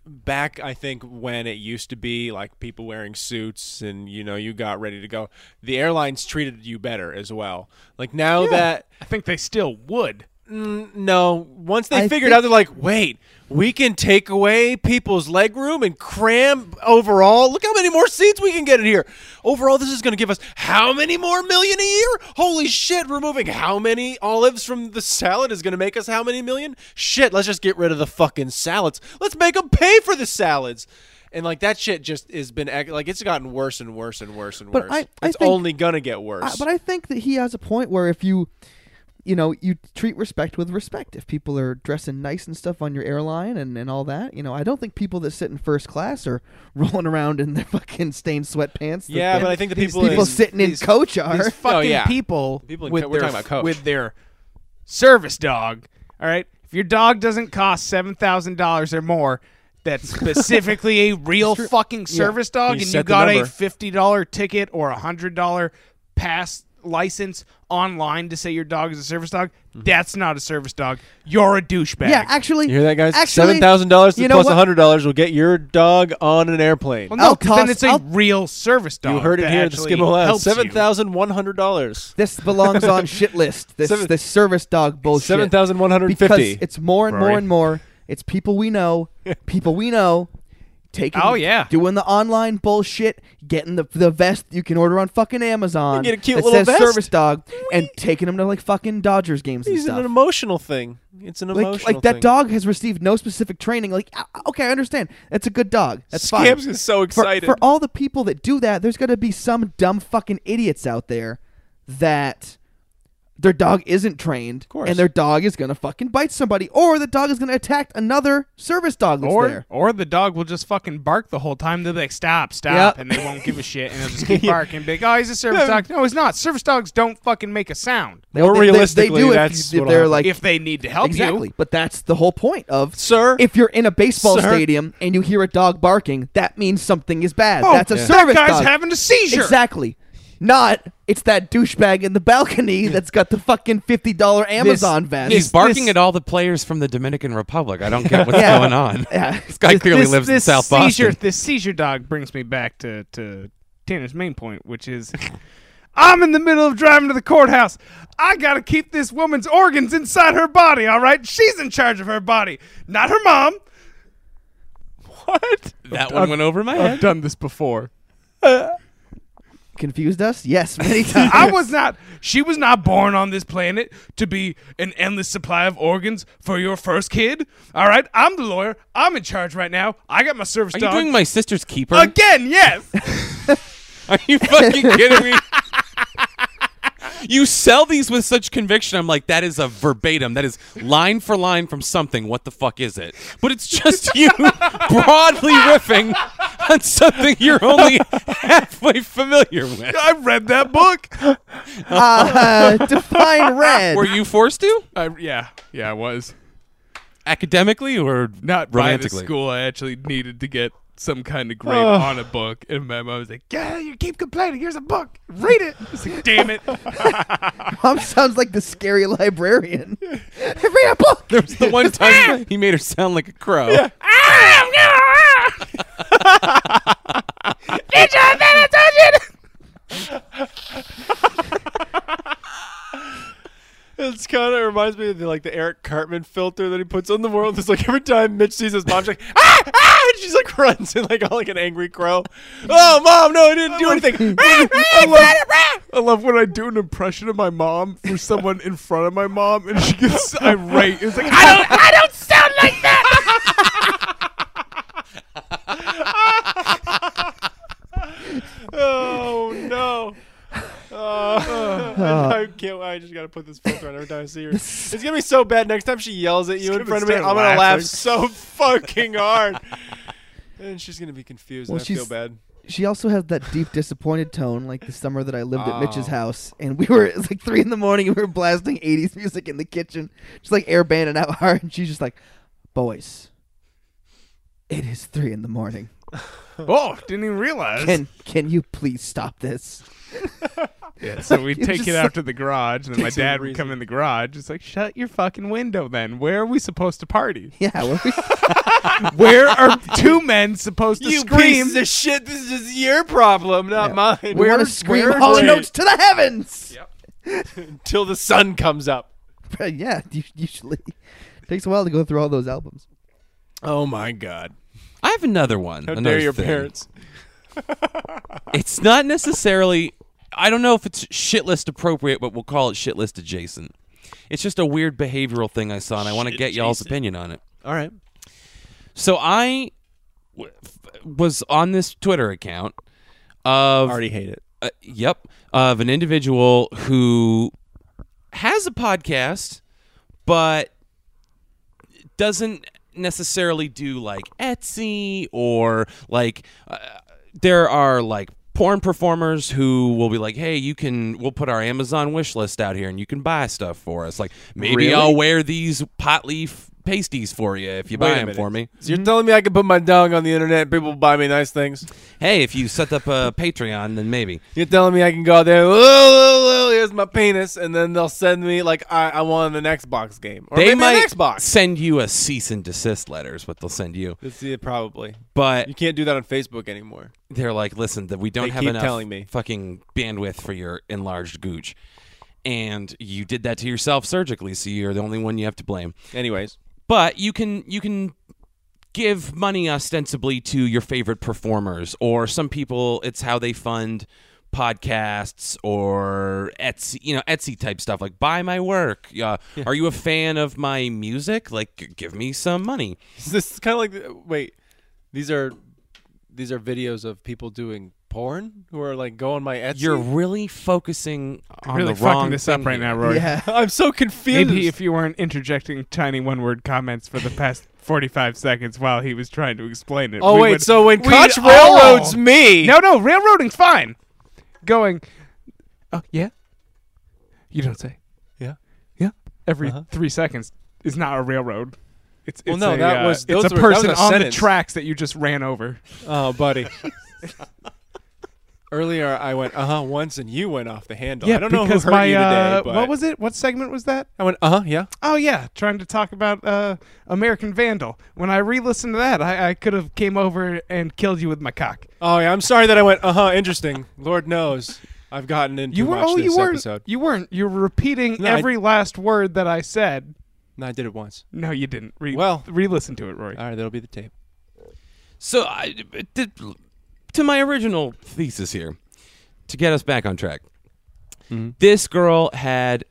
back, I think, when it used to be like people wearing suits and, you know, you got ready to go, the airlines treated you better as well. Like now that,
I think they still would.
mm, no, once they
I
figured
think-
out, they're like, wait, we can take away people's leg room and cram overall. Look how many more seats we can get in here. Overall, this is going to give us how many more million a year? Holy shit, removing how many olives from the salad is going to make us how many million? Shit, let's just get rid of the fucking salads. Let's make them pay for the salads. And like that shit just has been act- like it's gotten worse and worse and worse and
But
worse.
I- I
it's
think-
only gonna get worse.
I, Uh, but I think that he has a point where if you, you know, you treat respect with respect. If people are dressing nice and stuff on your airline and, and all that, you know, I don't think people that sit in first class are rolling around in their fucking stained sweatpants. that
yeah,
they-
but I think the
these
people,
people,
in-
sitting
these-
in coach are.
these fucking
Oh, yeah.
people,
People in
with
co- we're
their
talking about Coach.
with their service dog. All right, if your dog doesn't cost seven thousand dollars or more, that's specifically a real fucking service
You
dog, and you
set the
got a
number.
fifty dollar ticket or a hundred dollar pass license online to say your dog is a service dog.
Mm-hmm.
That's not a service dog. You're a douchebag.
yeah, actually,
You hear that, guys?
Actually,
Seven thousand dollars
you
plus
know
plus
what?
hundred dollars will get your dog on an airplane.
Well, no,
I'll
'cause then
toss-
it's a
I'll-
real service dog.
you heard it
that
here at the
actually
Skimble Lounge.
helps you.
Seven thousand one hundred dollars.
This belongs on shit list. This
Seven-
this service dog bullshit.
Seven thousand one hundred
because
fifty.
it's more and more
Rory.
and more. It's people we know, people we know, taking.
Oh, yeah.
doing the online bullshit, getting the the vest you can order on fucking Amazon.
You get a cute
that
little
says
vest.
service dog, and taking them to like fucking Dodgers games and
It's an
stuff.
emotional thing. It's an emotional
like, like
thing.
that dog has received no specific training. Like, uh, okay, I understand. That's a good dog. That's fine.
Scams is so
For-
excited.
For, all the people that do that, there's got to be some dumb fucking idiots out there that their dog isn't trained,
course.
and their dog is gonna fucking bite somebody, or the dog is gonna attack another service dog that's
Or
there.
or the dog will just fucking bark the whole time. They'll be like, stop, stop,
Yep.
and they won't give a shit, and they'll just keep barking. And be like, oh, he's a service dog. No, he's not. Service dogs don't fucking make a sound
They,
More
they- they-
realistically,
they do if
that's
you- if,
what'll
they're
happen.
like
if they need to help
exactly.
you.
But that's the whole point of
Sir,
If you're in a baseball
Sir.
stadium and you hear a dog barking, that means something is bad.
Oh,
that's a
that
service
guy's
dog.
having a seizure.
Exactly. Not it's that douchebag in the balcony that's got the fucking fifty dollar Amazon vest.
He's barking
this-
at all the players from the Dominican Republic. I don't get what's
Yeah.
going on.
Yeah.
This guy clearly
this,
lives
this
in South
seizure,
Boston.
This seizure dog brings me back to, to Tanner's main point, which is I'm in the middle of driving to the courthouse. I got to keep this woman's organs inside her body, all right? She's in charge of her body, not her mom. What?
That one went over my head.
I've done this before.
confused us. Yes, many times.
I was not, she was not born on this planet to be an endless supply of organs for your first kid. All right, I'm the lawyer. I'm in charge right now. I got my service
Are you
dog.
doing my sister's keeper?
Again, yes.
Are you fucking kidding me? You sell these with such conviction. I'm like, that is a verbatim. That is line for line from something. What the fuck is it? But it's just you broadly riffing on something you're only halfway familiar with.
I read that book.
uh, define red.
Were you forced to?
I, yeah, yeah, I was
Academically or
not by the
romantically?
school. I actually needed to get some kind of grade on a book, and my mom was like, "Yeah, you keep complaining. Here's a book. Read it." I was like, "Damn it!"
Mom sounds like the scary librarian. Read a book.
There was the one time he made her sound like a crow.
It's kind of reminds me of the, like the Eric Cartman filter that he puts on the world. It's like every time Mitch sees his mom, she's like, ah, ah, and she's like runs in like all like an angry crow. Oh, mom, no, I didn't do anything. Ah, ah, ah, ah.
I love when I do an impression of my mom for someone in front of my mom, and she gets irate. It's like, "I don't, I don't sound like that."
Oh no. Uh, I, I can't. I just gotta put this filter on every time I see her. It's gonna be so bad next time she yells at you in
gonna
front of me. I'm
start
gonna laugh
laughing.
so fucking hard, and she's gonna be confused.
Well,
and I feel
she's-
bad.
She also has that deep disappointed tone, like the summer that I lived at Mitch's house, and we were it was like three in the morning, and we were blasting '80s music in the kitchen, just like air banding out hard, and she's just like, "Boys, it is three in the morning.
Oh, didn't even realize.
Can can you please stop this?"
So we'd take
just
it
like-
out to the garage, and then my
Takes a
dad would
reason.
come in the garage. It's like, shut your fucking window then. Where are we supposed to party?
Yeah, what we-
Where are two men supposed to
You
scream?
piece of shit. This is your problem, not mine.
we want to scream holy notes to the heavens.
until the sun comes up.
yeah, u- usually takes a while to go through all those albums.
Oh my god!
I have another one.
How
another
dare your
thing.
parents?
It's not necessarily. I don't know if it's shit list appropriate, but we'll call it shit list adjacent. It's just a weird behavioral thing I saw, and I want to get y'all's opinion on it.
All right.
So I w- f- was on this Twitter account of
Already hate it.
uh, yep of an individual who has a podcast but doesn't necessarily do like Etsy or like uh, there are like porn performers who will be like hey you can we'll put our amazon wish list out here and you can buy stuff for us like maybe i'll wear these pot leaf pasties for you if you buy them for me
So you're telling me I can put my dog on the internet and people will buy me nice things?
hey if you set up a patreon then maybe
You're telling me I can go out there, whoa, whoa, whoa, here's my penis, and then they'll send me, like, I, I want an Xbox game. Or
they
maybe
might
an Xbox.
send you a cease and desist letters what they'll send you
Let's see it probably.
but
You can't do that on Facebook anymore.
they're like, listen, that we don't
They
have
keep
enough
telling me.
fucking bandwidth for your enlarged gooch. And you did that to yourself surgically, so you're the only one you have to blame.
Anyways,
But you can you can give money ostensibly to your favorite performers, or some people it's how they fund podcasts or Etsy, you know, Etsy type stuff like buy my work. Uh, Are you a fan of my music? Like, g- give me some money.
this is kind of like, the- wait, these are these are videos of people doing porn who are like going my Etsy.
You're really focusing on
really
the wrong
fucking this up
thing
right now,
here.
Rory.
Yeah.
I'm so confused.
Maybe if you weren't interjecting tiny one-word comments for the past 45 seconds while he was trying to explain it.
oh
we
wait,
would-
so when
we'd
Koch
all-
railroads me,
No, no, railroading's fine. Going, oh, yeah? You don't say.
Yeah.
Yeah. Every
Uh-huh.
three seconds is not a railroad. It's, it's
Well, no,
a,
that
uh,
was-
it's
those
a
were- that was
person
a
on
sentence.
the tracks that you just ran over.
oh buddy. Earlier I went uh huh once and you went off the handle. I don't know who
because
hurt
my,
you today,
uh,
but
what was it? What segment was that?
I went uh huh yeah.
Oh yeah, trying to talk about uh, American Vandal. When I re-listened to that, I, I could have came over and killed you with my cock.
Oh yeah, I'm sorry that I went uh huh interesting. Lord knows I've gotten into
You were
much
oh
this
you weren't
episode.
you weren't you were repeating
No, I-
every last word that I said.
No, I did it once.
No, you didn't. Re-
Well-
re-listen to it, Rory.
All right, that'll be the tape.
So I, to, to my original thesis here, to get us back on track,
Mm-hmm.
this girl had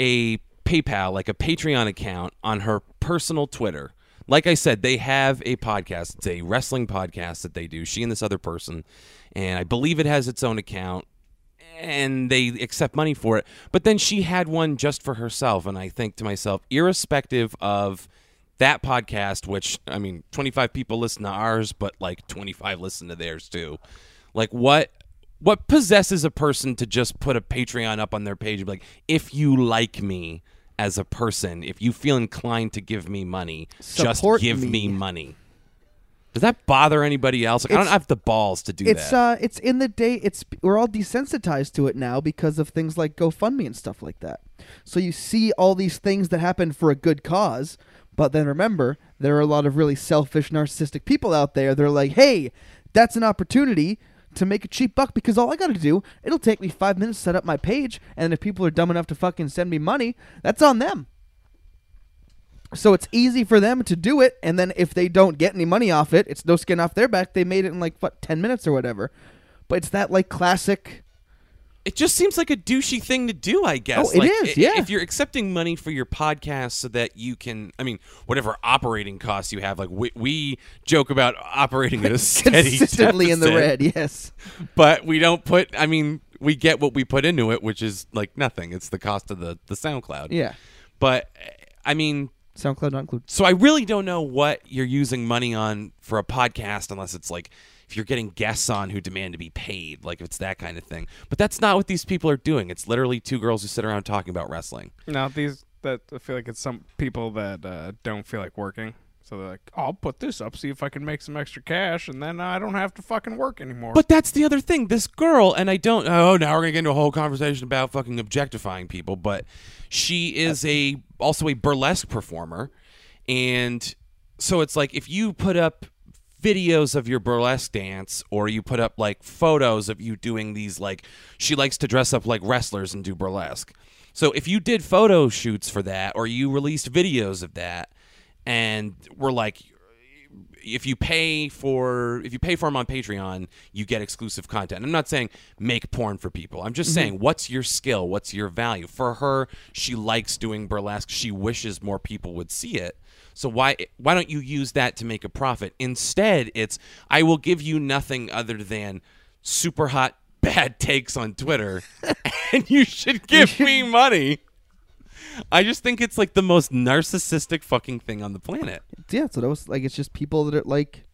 a PayPal, like a Patreon account, on her personal Twitter. Like I said, they have a podcast. It's a wrestling podcast that they do. She and this other person, and I believe it has its own account, and they accept money for it. But then she had one just for herself, and I think to myself, irrespective of that podcast, which I mean, 25 people listen to ours, but like 25 listen to theirs too. Like what what possesses a person to just put a Patreon up on their page and be like, if you like me as a person, if you feel inclined to give me money,
Support
just give me.
me."
money. Does that bother anybody else? Like, I don't
It's-
have the balls to do
It's
that.
uh, it's in the day. It's we're all desensitized to it now because of things like GoFundMe and stuff like that. So you see all these things that happen for a good cause, but then remember there are a lot of really selfish, narcissistic people out there. They're like, hey, that's an opportunity to make a cheap buck because all I got to do it'll take me five minutes to set up my page, and if people are dumb enough to fucking send me money, that's on them. So it's easy for them to do it, and then if they don't get any money off it, it's no skin off their back. They made it in like what ten minutes or whatever. But it's that like classic.
It just seems like a douchey thing to do, I guess.
Oh, it
Like,
is,
i-
yeah.
If you're accepting money for your podcast so that you can, I mean, whatever operating costs you have, like we, we joke about operating at a steady
consistently in the
deficit,
red. Yes,
but we don't put. I mean, we get what we put into it, which is like nothing. It's the cost of the the SoundCloud.
yeah.
But eh, I mean,
SoundCloud not included.
so I really don't know what you're using money on for a podcast unless it's like if you're getting guests on who demand to be paid, like if it's that kind of thing. But that's not what these people are doing. It's literally two girls who sit around talking about wrestling.
No, these that I feel like it's some people that uh, don't feel like working, so they're like, "I'll put this up, see if I can make some extra cash, and then I don't have to fucking work anymore."
But that's the other thing. This girl, and I don't. Oh, now we're gonna get into a whole conversation about fucking objectifying people. But she is a also a burlesque performer, and so it's like if you put up videos of your burlesque dance or you put up like photos of you doing these like she likes to dress up like wrestlers and do burlesque. So if you did photo shoots for that or you released videos of that and were like if you pay for if you pay for them on Patreon, you get exclusive content. I'm not saying make porn for people. I'm just saying what's your skill, what's your value. For her, she likes doing burlesque. She wishes more people would see it. So why why don't you use that to make a profit? Instead, it's I will give you nothing other than super hot bad takes on Twitter, and you should give me money. I just think it's like the most narcissistic fucking thing on the planet.
Yeah, so that was like it's just people that are like.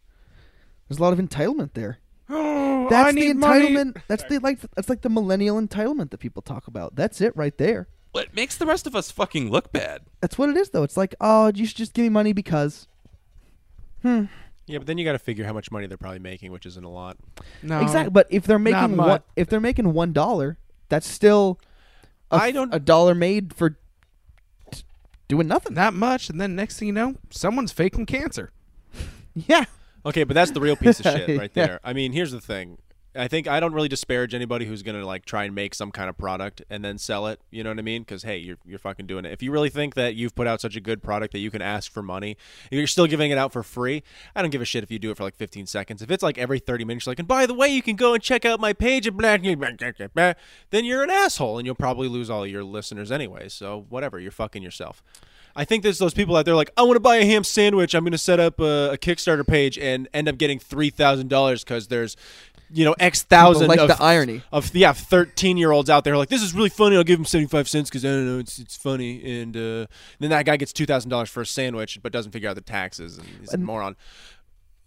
There's a lot of entitlement there.
oh,
That's
I need
the
money.
entitlement. That's the like. That's like the millennial entitlement that people talk about. That's it right there.
What makes the rest of us fucking look bad?
That's what it is though. It's like oh, you should just give me money because
Yeah, but then you got to figure how much money they're probably making, which isn't a lot.
No,
exactly. But if they're
Um, not
making one,
much.
if they're making one dollar, that's still a,
I don't-
a dollar made for t- doing nothing.
not much, and then next thing you know, someone's faking cancer.
Yeah.
Okay, but that's the real piece of shit right
Yeah.
there. I mean, here's the thing. I think I don't really disparage anybody who's gonna like try and make some kind of product and then sell it. You know what I mean? Because hey, you're you're fucking doing it. If you really think that you've put out such a good product that you can ask for money, you're still giving it out for free. I don't give a shit if you do it for like 15 seconds. If it's like every 30 minutes, you're like, and by the way, you can go and check out my page and blah, blah, blah, blah, blah, blah," then you're an asshole and you'll probably lose all your listeners anyway. So whatever, you're fucking yourself. I think there's those people out there like, I want to buy a ham sandwich. I'm going to set up a, a Kickstarter page and end up getting three thousand dollars because there's, you know, X thousand
like
of,
the irony.
of yeah, thirteen year olds out there like, this is really funny. I'll give him seventy five cents because I don't know, it's it's funny. And uh, then that guy gets two thousand dollars for a sandwich, but doesn't figure out the taxes and he's a moron.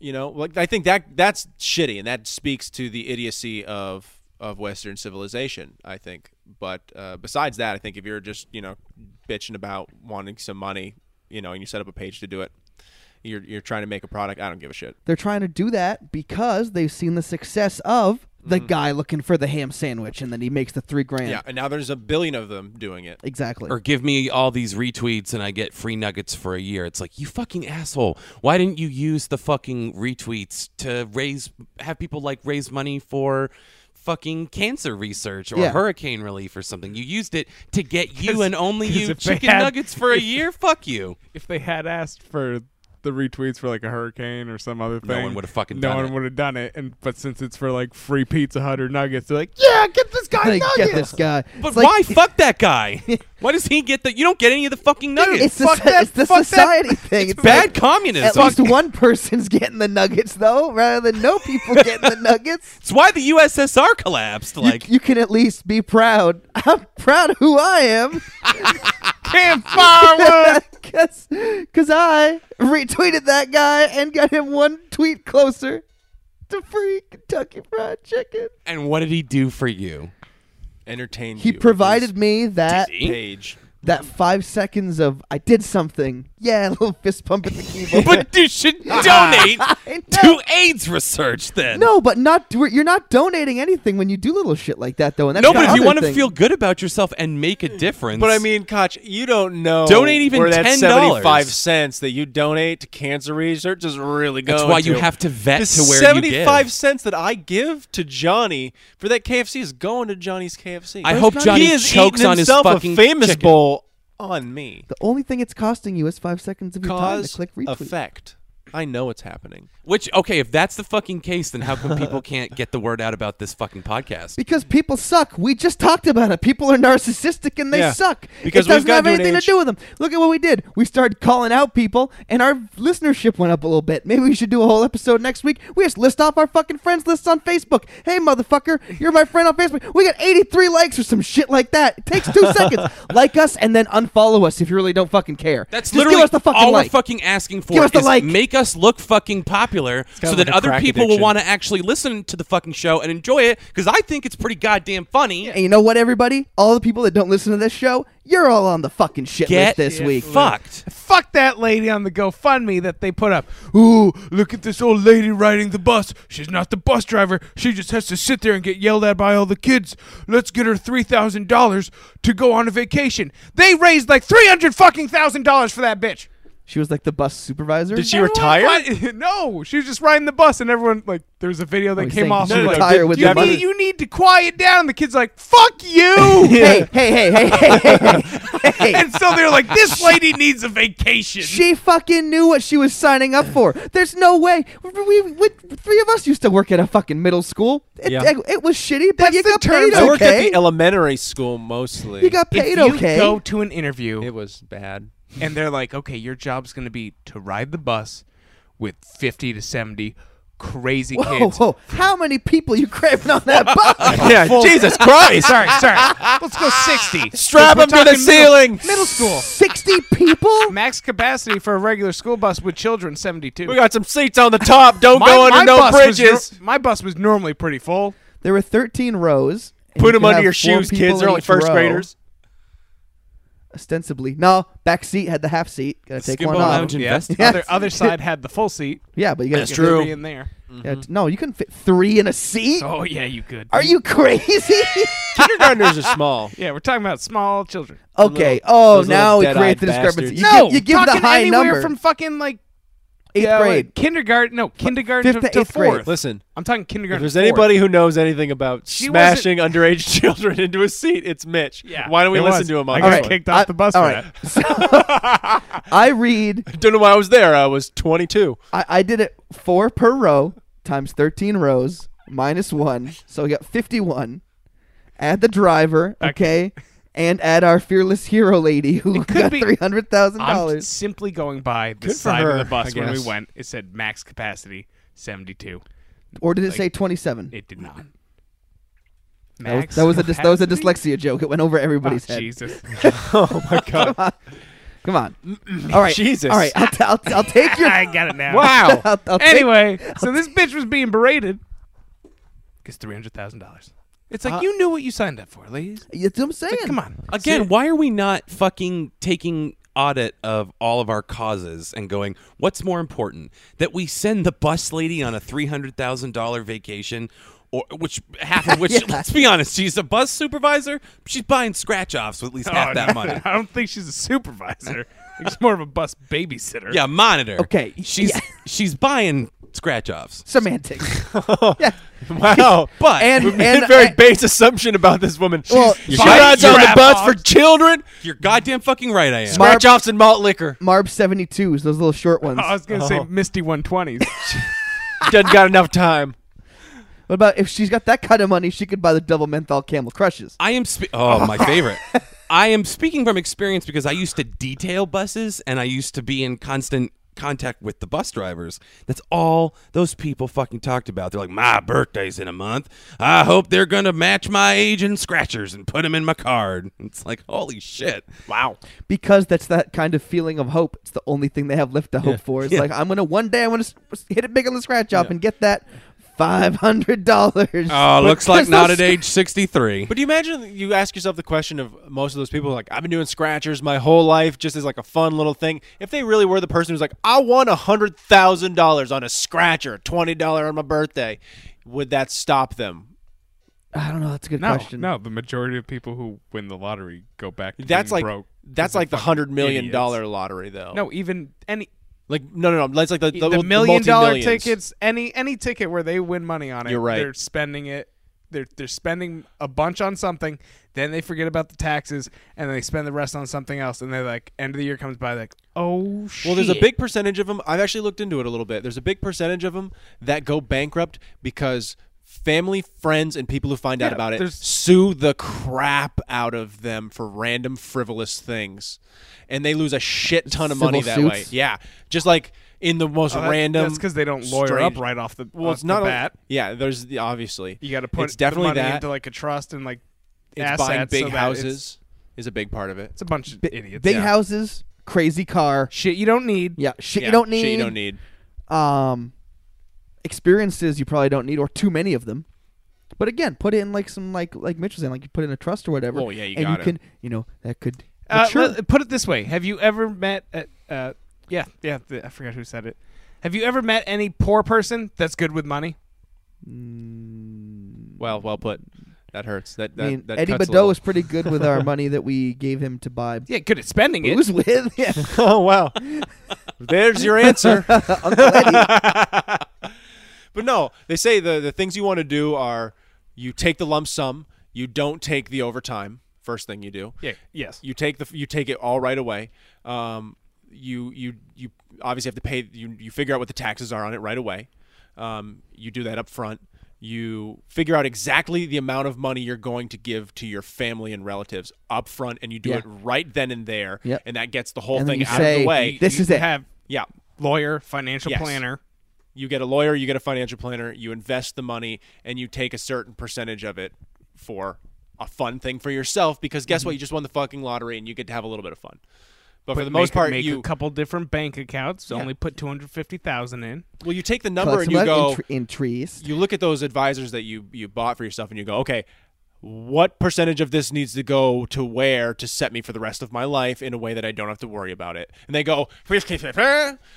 You know, like I think that that's shitty, and that speaks to the idiocy of of Western civilization. I think, but uh, besides that, I think if you're just you know bitching about wanting some money, you know, and you set up a page to do it, you're you're trying to make a product. I don't give a shit.
They're trying to do that because they've seen the success of
Mm-hmm.
the guy looking for the ham sandwich, and then he makes the three grand.
Yeah, and now there's a billion of them doing it.
Exactly.
or give me all these retweets and I get free nuggets for a year. It's like, you fucking asshole. Why didn't you use the fucking retweets to raise, have people like raise money for fucking cancer research or
Yeah.
hurricane relief or something? You used it to get you and only
'cause
you
if they
chicken
had-
nuggets for a year? Fuck you.
If they had asked for the retweets for like a hurricane or some other thing,
No one would've fucking
no
done
one
it.
would have done it. And but since it's for like free Pizza Hut or nuggets, they're like,
yeah, get this guy. get this guy.
But
It's like-
why fuck that guy? Why does he get the, you don't get any of the fucking nuggets.
It's the,
fuck that.
it's the
fuck
society
that.
thing.
It's, bad
like,
communism.
At
Fuck
least one person's getting the nuggets though, rather than no people getting the nuggets.
It's why the USSR collapsed.
You-
Like,
you, can at least be proud. I'm proud of who I am.
"Can't firewood."
Cause, 'cause I retweeted that guy and got him one tweet closer to free Kentucky Fried Chicken.
and what did he do for you?
Entertain.
He
you with
provided me that
this page.
that five seconds of I did something. Yeah, a little fist pump at the keyboard.
But you should donate
I know.
to AIDS research then.
No, but not to- you're not donating anything when you do little shit like that though. And that's
No, but
the
if you
other
want to
thing.
feel good about yourself and make a difference.
But I mean, Koch, you don't know.
Donate even
where that
$10.
seventy-five cents that you donate to cancer research is really going.
that's why you
to.
have to vet
the
to where
seventy-five
you give.
cents that I give to Johnny for that KFC is going to Johnny's KFC.
I hope Johnny
he is
chokes
eating
on his
himself
fucking
a famous
chicken.
bowl on me.
The only thing it's costing you is five seconds of your time to
Cause
click retweet.
effect. I know what's happening.
Which okay, if that's the fucking case, then how come people can't get the word out about this fucking podcast?
Because people suck. We just talked about it. People are narcissistic and they
Yeah.
suck.
Because
it doesn't
we've gotten
have
to an
anything to
age-
do with them. Look at what we did. We started calling out people, and our listenership went up a little bit. Maybe we should do a whole episode next week. We just list off our fucking friends lists on Facebook. Hey, motherfucker, you're my friend on Facebook. We got 83 likes or some shit like that. It takes two seconds. Like us and then unfollow us if you really don't fucking care.
That's
just
literally
give us the fucking
all
like.
we're fucking asking for.
Give us the
is
like.
Make us look fucking popular so
of like
that
a
other
crack
people will
addiction.
want to actually listen to the fucking show and enjoy it. Because I think it's pretty goddamn funny.
And you know what, everybody? All the people that don't listen to this show, you're all on the fucking shit
Get
list this week.
fucked.
Fuck that lady on the GoFundMe that they put up. Ooh, look at this old lady riding the bus. She's not the bus driver. She just has to sit there and get yelled at by all the kids. Let's get her three thousand dollars to go on a vacation. They raised like three hundred fucking thousand dollars for that bitch.
She was like the bus supervisor.
Did she retire?
What? No, she was just riding the bus, and everyone like there was a video that
Oh, he's
came
saying
off.
she
of, like,
retired with
you,
the money.
need, you need to quiet down. The kid's like, "Fuck you!"
hey, hey, hey, hey, hey, hey, hey, hey.
and so they're like, "This lady needs a vacation."
She fucking knew what she was signing up for. There's no way. We, we, we- three of us used to work at a fucking middle school. It,
Yeah.
it, it was shitty, but
That's
you
the
got
terms
paid
I worked
okay.
at the uh, elementary school mostly.
you got
if
paid
you
okay.
go to an interview
it was bad.
and they're like, okay, your job's going to be to ride the bus with 50 to 70 crazy
whoa,
kids.
whoa! How many people you crapping on that bus?
Yeah, Jesus Christ!
Sorry, sorry. Let's go 60.
Strap
We're
him to the
talking middle-
ceiling.
Middle school.
Sixty people.
Max capacity for a regular school bus with children, 72.
We got some seats on the top. Don't
My-
go under
my
no
bus was
bridges.
nor- my bus was normally pretty full.
There were thirteen rows. and you
Put them
could
under
have
your
four
shoes,
people
kids. They're
in
only
each
first
row,
graders.
Ostensibly, no. Back seat had the half seat. Gotta take
Skip
one
a
off.
lounge and invest.
Yeah.
Um, Other, other side had the full seat.
Yeah, but you gotta.
That's
get
true.
Three in there.
yeah,
Mm-hmm.
t- no, you couldn't fit three in a seat.
Oh, yeah, you could.
Are you crazy?
Kindergartners are small.
Yeah, we're talking about small children.
okay.
little-
oh,
those little
now we
dead-eyed
create the
bastards.
discrepancy. You
no,
give, you give the
talking
high
anywhere
number
from fucking like
eighth
Yeah, like
grade.
kindergarten. No, kindergarten
fifth
to,
to
to
eighth grade.
fourth.
Listen,
I'm talking
If
kindergarten.
there's
to fourth.
anybody who knows anything about
She wasn't-
smashing underage children into a seat, it's Mitch.
Yeah.
Why don't we
It
listen
was.
to him?
I
On
got
this
kicked
one?
off the bus
all
for
right. So, I read.
Don't know why I was there. I was 22.
I, I did it four per row times thirteen rows minus one, so we got fifty-one. Add the driver, okay, and at our fearless hero lady who
could
got
be-
three hundred thousand
I'm
dollars.
simply going by the
Good for
side
her,
of the bus
I
when we
guess.
went. It said max capacity 72.
Or did it
like-
say twenty seven?
It did not.
That was-
Max
that was a dis- that was a
capacity?
dyslexia joke. It went over everybody's
Oh,
head.
Jesus.
oh my god.
Come on. All right.
Jesus.
All right. I'll, t- I'll, t- I'll take your.
I got it now.
Wow.
I'll, I'll take-
Anyway, so this bitch was being berated. Gets three hundred thousand dollars. It's like you knew what you signed up for, ladies.
that's what I'm saying.
Like, come on.
Again, why are we not fucking taking audit of all of our causes and going, what's more important? That we send the bus lady on a $300,000 vacation or which half of which
Yeah.
let's be honest, she's a bus supervisor, she's buying scratch offs with at least half
Oh,
that
no,
money.
I don't think she's a supervisor. I think she's more of a bus babysitter.
Yeah, monitor.
Okay,
She's
yeah.
she's buying scratch offs.
Semantics. yeah.
Wow.
But
And
We made
and
a very
I-
base assumption about this woman.
Well,
she
She's
rides
buying
on the
crap
bus
off.
for children.
you're goddamn fucking right I am.
Marb-
Scratch offs and malt liquor.
Marb seventy twos. Those little short ones.
I was gonna say
Oh.
Misty one twenties.
Doesn't got enough time.
What about if she's got that kind of money, she could buy the double menthol Camel Crushes.
I am. Spe- oh, my favorite. I am speaking from experience because I used to detail buses and I used to be in constant contact with the bus drivers. That's all those people fucking talked about. They're like, my birthday's in a month. I hope they're gonna match my age in scratchers and put them in my card. It's like, holy shit.
Wow.
because that's that kind of feeling of hope. It's the only thing they have left to hope for. It's
Yeah.
like I'm gonna one day I'm gonna s- s- hit it big on the scratch off and get that five hundred dollars.
Oh, looks like not at
an
age sixty-three.
But do you imagine you ask yourself the question of most of those people like I've been doing scratchers my whole life just as like a fun little thing. If they really were the person who's like I won a hundred thousand dollars on a scratcher, twenty dollar on my birthday, would that stop them?
I don't know. That's a good
No,
question.
no. The majority of people who win the lottery go back. To
That's
being
like
broke.
that's like the hundred million
idiots.
dollar lottery though.
No, even any
like no, no, no. That's like the
the,
the, the
million dollar
multi-millions.
tickets, any any ticket where they win money on it,
You're right.
They're spending it. They're they're spending a bunch on something, then they forget about the taxes, and they spend the rest on something else, and they're like, end of the year comes by, like, oh shit.
Well, there's a big percentage of them. I've actually looked into it a little bit. There's a big percentage of them that go bankrupt because family, friends, and people who find out
Yeah,
about it
there's-
sue the crap out of them for random frivolous things, and they lose a shit ton of
Civil
money that way.
suits?
Yeah, just like in the most
Oh, that-
random.
That's because they don't lawyer
strange-
up right off the.
Well,
off
it's not
the
a-
bat.
Yeah, there's the, obviously
you got to put
it's definitely
the money
that.
into like a trust and like
it's
assets
buying
so
big
that It's,
houses is a big part of it.
it's a bunch of
Bi-
idiots.
Big
Yeah.
houses, crazy car.
shit you don't need.
Yeah, shit
Yeah,
you don't need.
Shit you don't need.
Um, experiences you probably don't need, or too many of them. But again, put in like some like like Mitchell saying, like you put in a trust or whatever.
Well, Oh, yeah, you
and
gotta.
you can you know that could.
Uh,
mature.
let- put it this way: Have you ever met? Uh, uh, yeah, yeah. th- I forgot who said it. Have you ever met any poor person that's good with money?
Well, well put. That hurts. That that,
I mean,
that
Eddie
cuts a
Badeau
little.
was pretty good with our money that we gave him to buy
Yeah, good at spending it.
booze with. Yeah.
Oh wow. There's your answer. but no, they say the the things you want to do are you take the lump sum, you don't take the overtime. First thing you do.
Yeah, yes.
You take the you take it all right away. Um, you you you obviously have to pay. You you figure out what the taxes are on it right away. Um, you do that up front. You figure out exactly the amount of money you're going to give to your family and relatives up front, and you do
Yeah.
it right then and there.
Yep.
And that gets the whole
And then
thing
you
out of
say,
the way.
This
You
is it.
Have
yeah.
lawyer, financial
Yes.
planner.
You get a lawyer, you get a financial planner, you invest the money, and you take a certain percentage of it for a fun thing for yourself because guess
Mm-hmm.
what? You just won the fucking lottery and you get to have a little bit of fun. But, for the most
make,
part,
make
you
a couple different bank accounts. Only put two hundred fifty thousand in.
well, you take the number
Collect
and
some
you
of that
go,
in, in trees.
you look at those advisors that you you bought for yourself and you go, okay, what percentage of this needs to go to where to set me for the rest of my life in a way that I don't have to worry about it? And they go,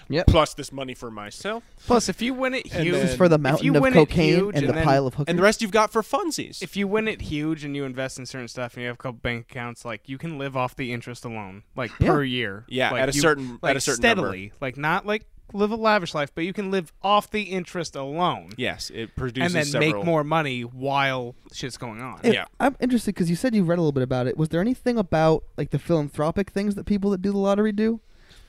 Yep.
plus this money for myself,
Plus, if you win it huge,
This is for the mountain of cocaine and the pile of hookers.
and the rest you've got for funsies.
If you win it huge and you invest in certain stuff and you have a couple bank accounts, like you can live off the interest alone, like
Yeah.
per year.
Yeah,
Like,
at a
you-
certain- at
like
a certain number.
steadily, like not like live a lavish life, but you can live off the interest alone
Yes, it produces
and then
several.
make more money while shit's going on.
And
yeah.
I'm interested because you said you read a little bit about it. Was there anything about like the philanthropic things that people that do the lottery do?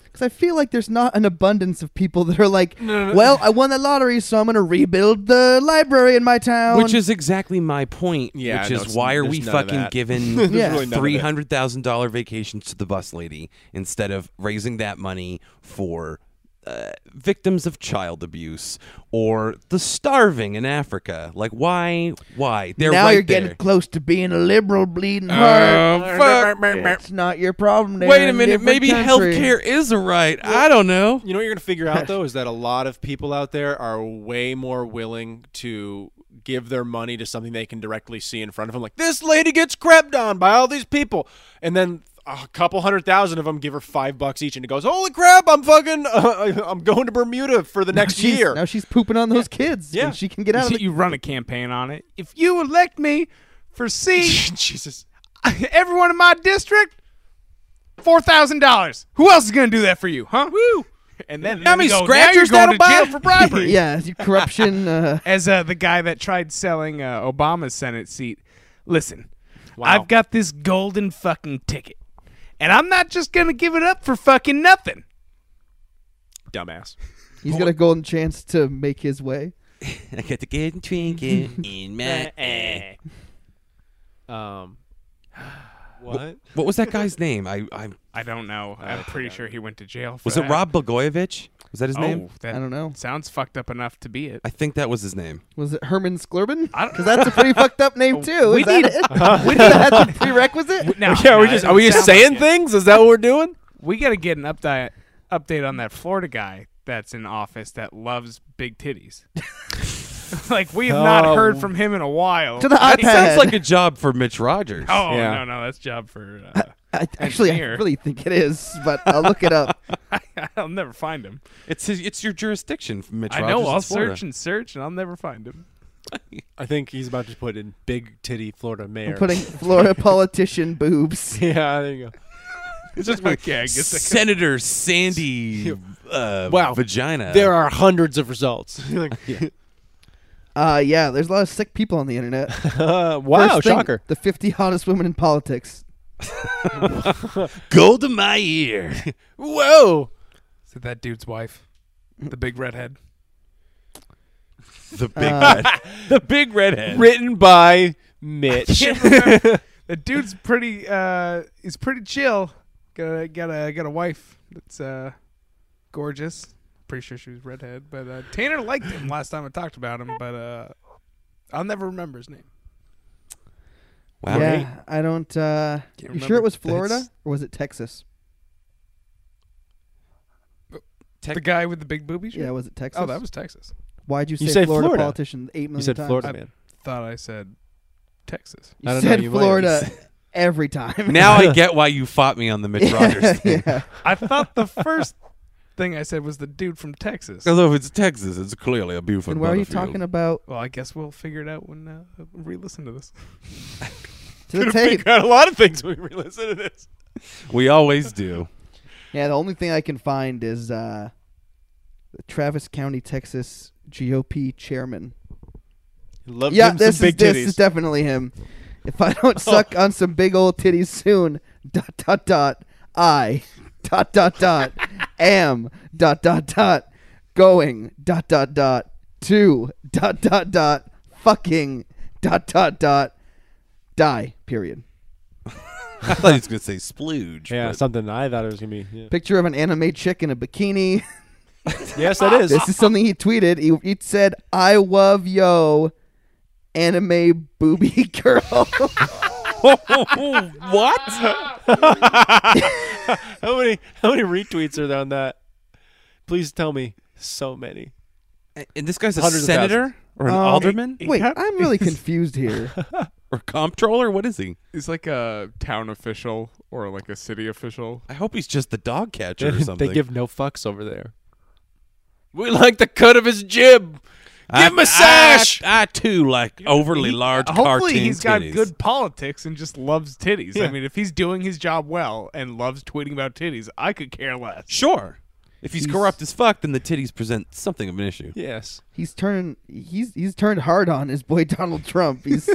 because I feel like there's not an abundance of people that are like, well, I won the lottery, so I'm going to rebuild the library in my town.
Which is exactly my point.
Yeah,
which
no,
is
it's-
why are
there's
we
none of
fucking
that.
giving
really
Yeah.
none of it.
three hundred thousand dollar vacations to the bus lady instead of raising that money for uh, victims of child abuse or the starving in Africa? Like why? Why? They're
now
right
you're getting
there.
close to being a liberal bleeding heart.
Oh, fuck.
It's not your problem. they're
Wait a
in
minute.
different
Maybe
country.
healthcare is a right. I don't know.
You know what you're going to figure out though is that a lot of people out there are way more willing to give their money to something they can directly see in front of them. Like this lady gets crept on by all these people, and then a couple hundred thousand of them give her five bucks each, and it goes, "Holy crap! I'm fucking, I'm going to Bermuda for the next
She's-
year."
Now she's pooping on those kids.
Yeah.
when she can get
You,
out of
see-
the.
you run a campaign on it. If you elect me for C,
Jesus.
everyone in my district, four thousand dollars. Who else is gonna do that for you, huh? Woo! And then
How
there we
many
go.
scratchers that'll
now you're going to
buy?
jail for bribery.
yeah, corruption. Uh,
As uh, the guy that tried selling uh, Obama's Senate seat, listen,
Wow.
I've got this golden fucking ticket, and I'm not just gonna give it up for fucking nothing.
dumbass.
he's got a golden chance to make his way.
I got the golden trinket in my eye.
Eh.
Um, what?
What was that guy's name? I, I
I don't know. I'm pretty sure he went to jail. For
was it
that.
Rob Blagojevich? Was that his name?
Oh, that
I don't know.
Sounds fucked up enough to be it.
I think that was his name.
Was it Herman Sklurbin?
I don't-
Because that's a pretty fucked up name too.
We
Is that
need-
it? that's a prerequisite.
No,
Yeah,
no,
we
it
just
doesn't
are we just
sound like
saying
it.
things? Is that what we're doing?
We got to get an update update on that Florida guy that's in office that loves big titties. like we have
Oh.
not heard from him in a while.
To the
That
iPad.
sounds like a job for Mitch Rogers.
oh
Yeah.
no, no, that's job for. Uh,
I, actually, I
engineer.
really think it is, but I'll look it up.
I'll never find him.
It's his, it's your jurisdiction, Mitch
I
Rogers.
know. I'll
is Florida.
search and search, and I'll never find him.
I think he's about to put in big titty Florida mayor.
I'm putting Florida politician boobs.
yeah, there you go.
It's just okay. I guess I could-
Senator Sandy uh,
Wow.
vagina.
There are hundreds of results. Like,
Uh, yeah, there's a lot of sick people on the internet.
uh, wow,
First thing,
shocker.
The 50 hottest women in politics.
gold in my ear.
Whoa.
Is it that dude's wife, the big redhead?
the
Uh,
big red, the big redhead.
Written by Mitch.
The dude's pretty. Uh, he's pretty chill. Got a got a got a wife that's uh, gorgeous. Pretty sure she was redhead, but uh, Tanner liked him last time I talked about him. But uh, I'll never remember his name.
Wow.
Yeah, I don't. Uh, you
Can't
sure
remember.
it was Florida
That's-
or was it Texas?
The guy with the big boobies.
Yeah, was it Texas?
Oh, that was Texas.
Why'd you say,
You said
Florida,
Florida.
politician eight million
you said
times?
Florida
I-
man.
Thought I said Texas.
You
I don't know,
said
you might have
Florida every time.
Now I get why you fought me on the Mitch Rogers thing.
yeah.
I thought the first thing I said was the dude from Texas.
Because if it's Texas, it's clearly a beautiful.
And why are you
battlefield.
talking about
Well, I guess we'll figure it out when uh, we listen to this.
to the tape?
Got a lot of things when we listen to this.
We always do.
Yeah, the only thing I can find is uh, the Travis County, Texas GOP chairman.
Love
Yeah,
him
this
some
is
big
this
titties.
is definitely him. If I don't suck on some big old titties soon, dot dot dot, I dot dot dot am dot dot dot going dot dot dot to dot dot dot fucking dot dot dot die. Period.
I thought he was going to say splooge.
yeah,
but-
something I thought it was gonna be. Yeah.
Picture of an anime chick in a bikini.
Yes, that is.
This is something he tweeted. He, he said, "I love yo, anime booby girl."
Oh, what?
how many how many retweets are there on that? Please tell me. So many.
And this guy's a
Hundreds of Oh,
senator or an
Um,
alderman
Wait, I'm really confused here.
or comptroller? What is he?
He's like a town official or like a city official.
I hope he's just the dog catcher or something.
They give no fucks over there. We like the cut of his jib. Give him a sash.
I, I too like overly
He-
large
Hopefully,
cartoon
he's got
titties.
good politics and just loves titties.
Yeah.
I mean, if he's doing his job well and loves tweeting about titties, I could care less.
Sure. If he's, corrupt as fuck, then the titties present something of an issue.
Yes.
he's turned he's he's turned hard on his boy Donald Trump. He's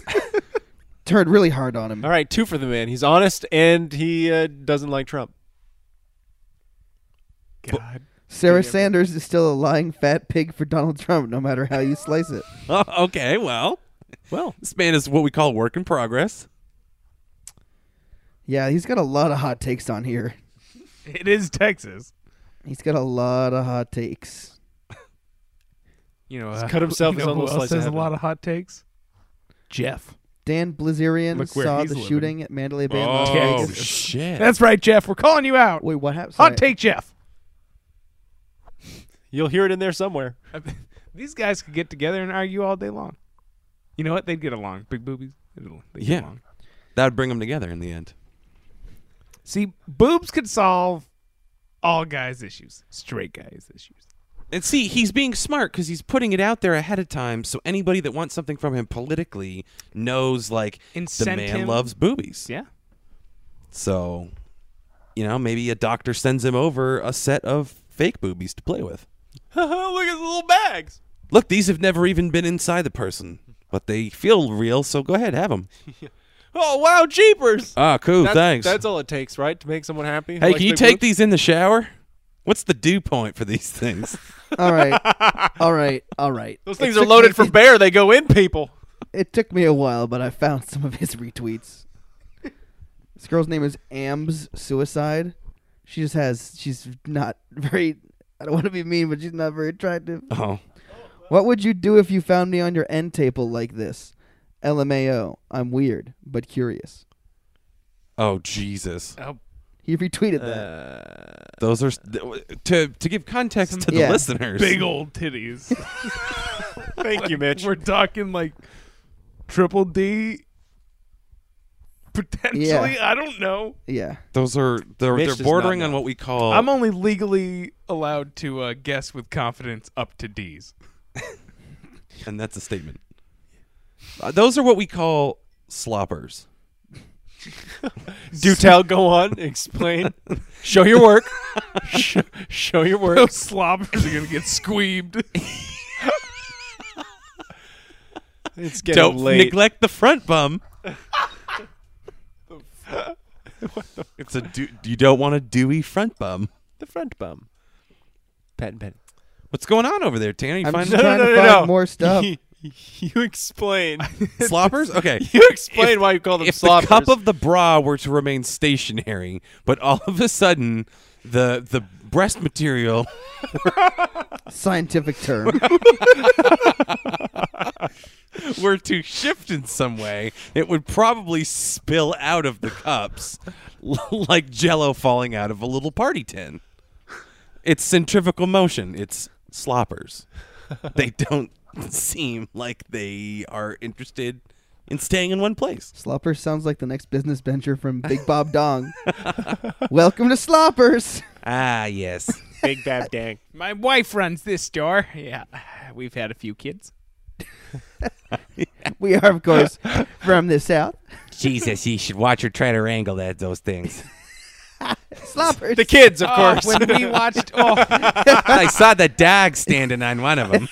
turned really hard on him.
All right, two for the man. He's honest and he uh, doesn't like Trump. God.
Sarah Sanders is still a lying fat pig for Donald Trump, no matter how you slice it.
Oh, okay, well, well, this man is what we call work in progress.
Yeah, he's got a lot of hot takes on here.
It is Texas.
He's got a lot of hot takes.
You know, uh,
cut himself
you
his
know
own
who
little
else
slice of
has a
heaven.
lot of hot takes. Jeff.
Dan Blazerian
Look where
saw
he's
the
living.
shooting at Mandalay Bay. in Las
Oh
Vegas.
shit!
That's right, Jeff. We're calling you out.
Wait, what happened?
Hot take, Jeff.
You'll hear it in there somewhere.
These guys could get together and argue all day long. You know what? They'd get along. Big boobies. They'd they'd get
Yeah.
along.
that would bring them together in the end.
See, boobs could solve all guys' issues, straight guys' issues.
And see, he's being smart because he's putting it out there ahead of time, so anybody that wants something from him politically knows, like, the
Incent
man
him.
loves boobies.
Yeah.
So, you know, maybe a doctor sends him over a set of fake boobies to play with.
Look at the little bags.
Look, these have never even been inside the person, but they feel real, so go ahead, have them.
Oh wow, jeepers.
Ah, cool,
that's,
thanks.
That's all it takes, right, to make someone happy.
hey, can you take these in the shower? What's the dew point for these things?
All right, all right, all right.
Those
It
things are
took me-
loaded for bear. They go in people.
It took me a while, but I found some of his retweets. this girl's name is Ambs Suicide. She just has. She's not very. I don't want to be mean, but she's not very attractive.
oh,
What would you do if you found me on your end table like this? LMAO. I'm weird, but curious.
oh, Jesus.
He retweeted that.
Uh.
Those are to to give context to the
Yeah.
listeners.
Big old titties.
Thank you, Mitch.
We're talking like triple D. Potentially, I don't know.
yeah.
Those are they're,
Mitch
they're
does not
bordering on
know.
what we call.
I'm only legally allowed to uh, guess with confidence up to D's.
and that's a statement. Uh, those are what we call sloppers.
Do tell. Go on. Explain. show your work. show, show your work.
Those slobbers are gonna get squeebed.
It's getting late.
neglect the front bum. it's a du- you don't want a dewy front bum.
the front bum. Pat and Pat.
What's going on over there, Tanner? You
I'm
find
just trying to find more stuff.
you explain.
sloppers? Okay.
you explain why you call them
if
sloppers.
the cup of the bra were to remain stationary, but all of a sudden the the breast material
Scientific term.
were to shift in some way, it would probably spill out of the cups like jello falling out of a little party tin. It's centrifugal motion, it's sloppers. They don't seem like they are interested in staying in one place.
Slopper sounds like the next business venture from Big Bob Dong. Welcome to Sloppers.
Ah, yes.
Big Bad Dang.
My wife runs this store. Yeah, we've had a few kids.
We are, of course, from the South.
Jesus, you should watch her try to wrangle that those things.
Sloppers.
The kids, of course.
Uh, when we watched, oh,
I saw the dog standing on one of them.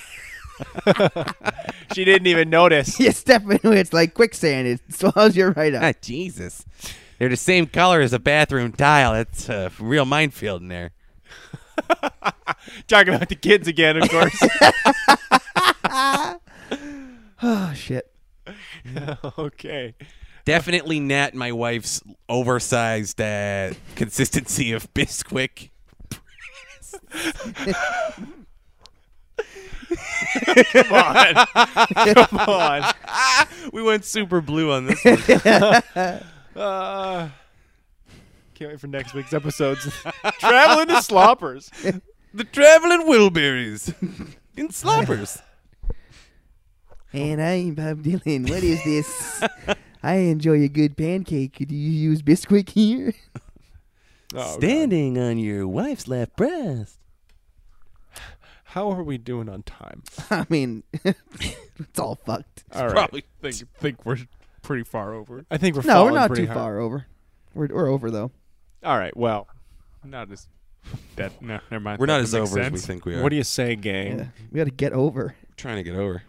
she didn't even notice.
you step into it, it's like quicksand. It swallows you right up.
Jesus. They're the same color as a bathroom tile. It's a real minefield in there.
Talking about the kids again, of course.
Oh, shit.
okay.
Definitely not my wife's oversized uh, consistency of Bisquick.
Come on. Come on.
We went super blue on this one.
Uh, can't wait for next week's episodes. Traveling to sloppers.
the traveling Wilburys in sloppers.
And I'm Bob Dylan. What is this? I enjoy a good pancake. Do you use Bisquick here?
Oh,
Standing on your wife's left breast.
How are we doing on time?
I mean, it's all fucked.
All right.
Probably
think think we're pretty far over.
I think we're
No, we're
falling
not
pretty
too
hard.
far over. We're, we're over, though.
All right. Well,
Not as that. No, never mind.
We're
That
not as
doesn't make
over as we
sense.
think we are.
what do you say, gang?
Yeah. We got to get over.
trying to get over?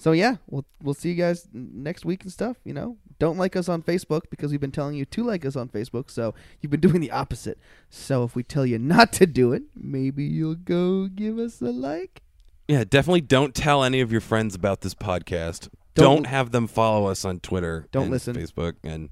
So yeah, we'll we'll see you guys n- next week and stuff. You know, don't like us on Facebook because we've been telling you to like us on Facebook. So you've been doing the opposite. So if we tell you not to do it, maybe you'll go give us a like.
Yeah, definitely don't tell any of your friends about this podcast.
Don't-
Don't, have them follow us on Twitter.
Don't
and
listen.
Facebook and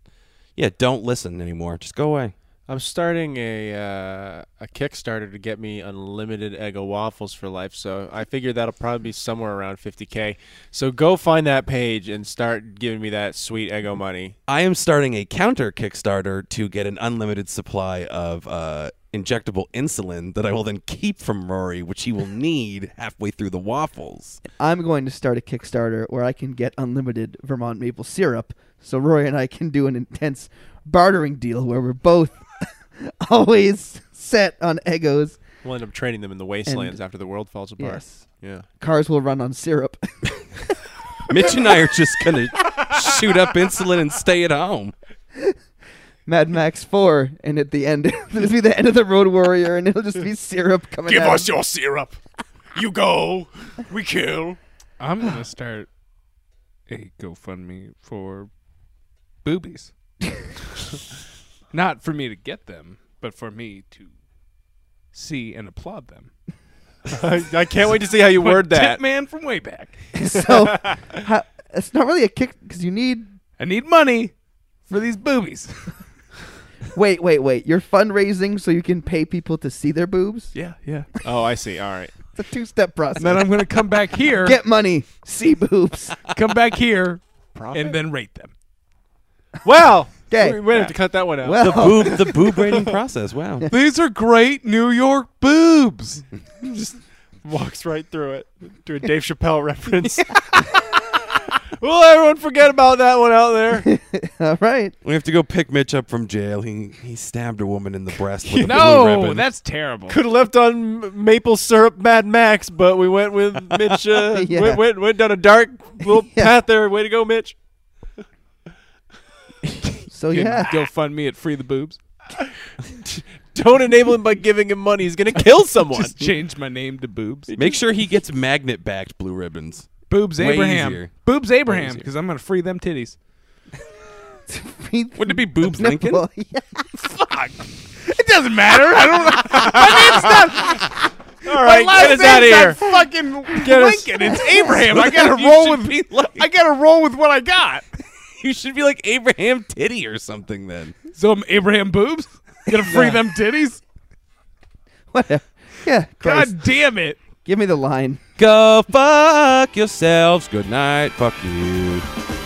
yeah, don't listen anymore. Just go away.
I'm starting a uh, a Kickstarter to get me unlimited Eggo waffles for life, so I figure that'll probably be somewhere around 50k. So go find that page and start giving me that sweet Eggo money.
I am starting a counter Kickstarter to get an unlimited supply of uh, injectable insulin that I will then keep from Rory, which he will need halfway through the waffles.
I'm going to start a Kickstarter where I can get unlimited Vermont maple syrup, so Roy and I can do an intense bartering deal where we're both always set on egos.
We'll end up trading them in the wastelands after the world falls apart.
Yes,
Yeah.
cars will run on syrup.
Mitch and I are just gonna shoot up insulin and stay at home.
Mad Max Four, and at the end, it'll be the end of the Road Warrior, and it'll just be syrup coming. out.
your syrup. You go. We kill.
I'm gonna start a GoFundMe for boobies. Not for me to get them, but for me to see and applaud them.
I, I can't wait to see how you word that.
Tip man from way back.
so how, it's not really a kick because you need.
I need money for these boobies.
Wait, wait, wait! You're fundraising so you can pay people to see their boobs.
yeah, yeah.
Oh, I see. All right.
It's a two-step process.
And then I'm gonna come back here,
Get money, see boobs.
come back here, and then rate them.
Well,
Okay.
we, we have to cut that one out.
Well,
Boob, the boob rating process. Wow.
These are great New York boobs.
Walks right through it to a Dave Chappelle reference. Will everyone forget about that one out there?
all right.
We have to go pick Mitch up from jail. He he stabbed a woman in the breast with a blue
No,
ribbon.
that's terrible.
Could have left on m- maple syrup Mad Max, but we went with Mitch. Uh,
Yeah.
went, went, went down a dark little
Yeah.
path there. Way to go, Mitch.
So yeah,
GoFundMe at Free the Boobs.
Don't enable him by giving him money. He's going to kill someone.
Just change my name to Boobs.
Make sure he gets magnet backed blue ribbons.
Boobs
Way
Abraham.
easier.
Boobs Abraham,
easier.
because I'm gonna free them titties.
Wouldn't it be boobs Lincoln?
Well, yeah.
It doesn't matter. I don't.
All right, get us out of here.
Fucking
Get us-
Lincoln. It's Abraham. I gotta roll with.
me. Like,
I gotta roll with what I got.
you should be like Abraham Titty or something then.
So I'm Abraham Boobs. Gonna free them titties.
Whatever. Yeah. Christ.
God damn it.
Give me the line.
Go fuck yourselves. Good night. Fuck you.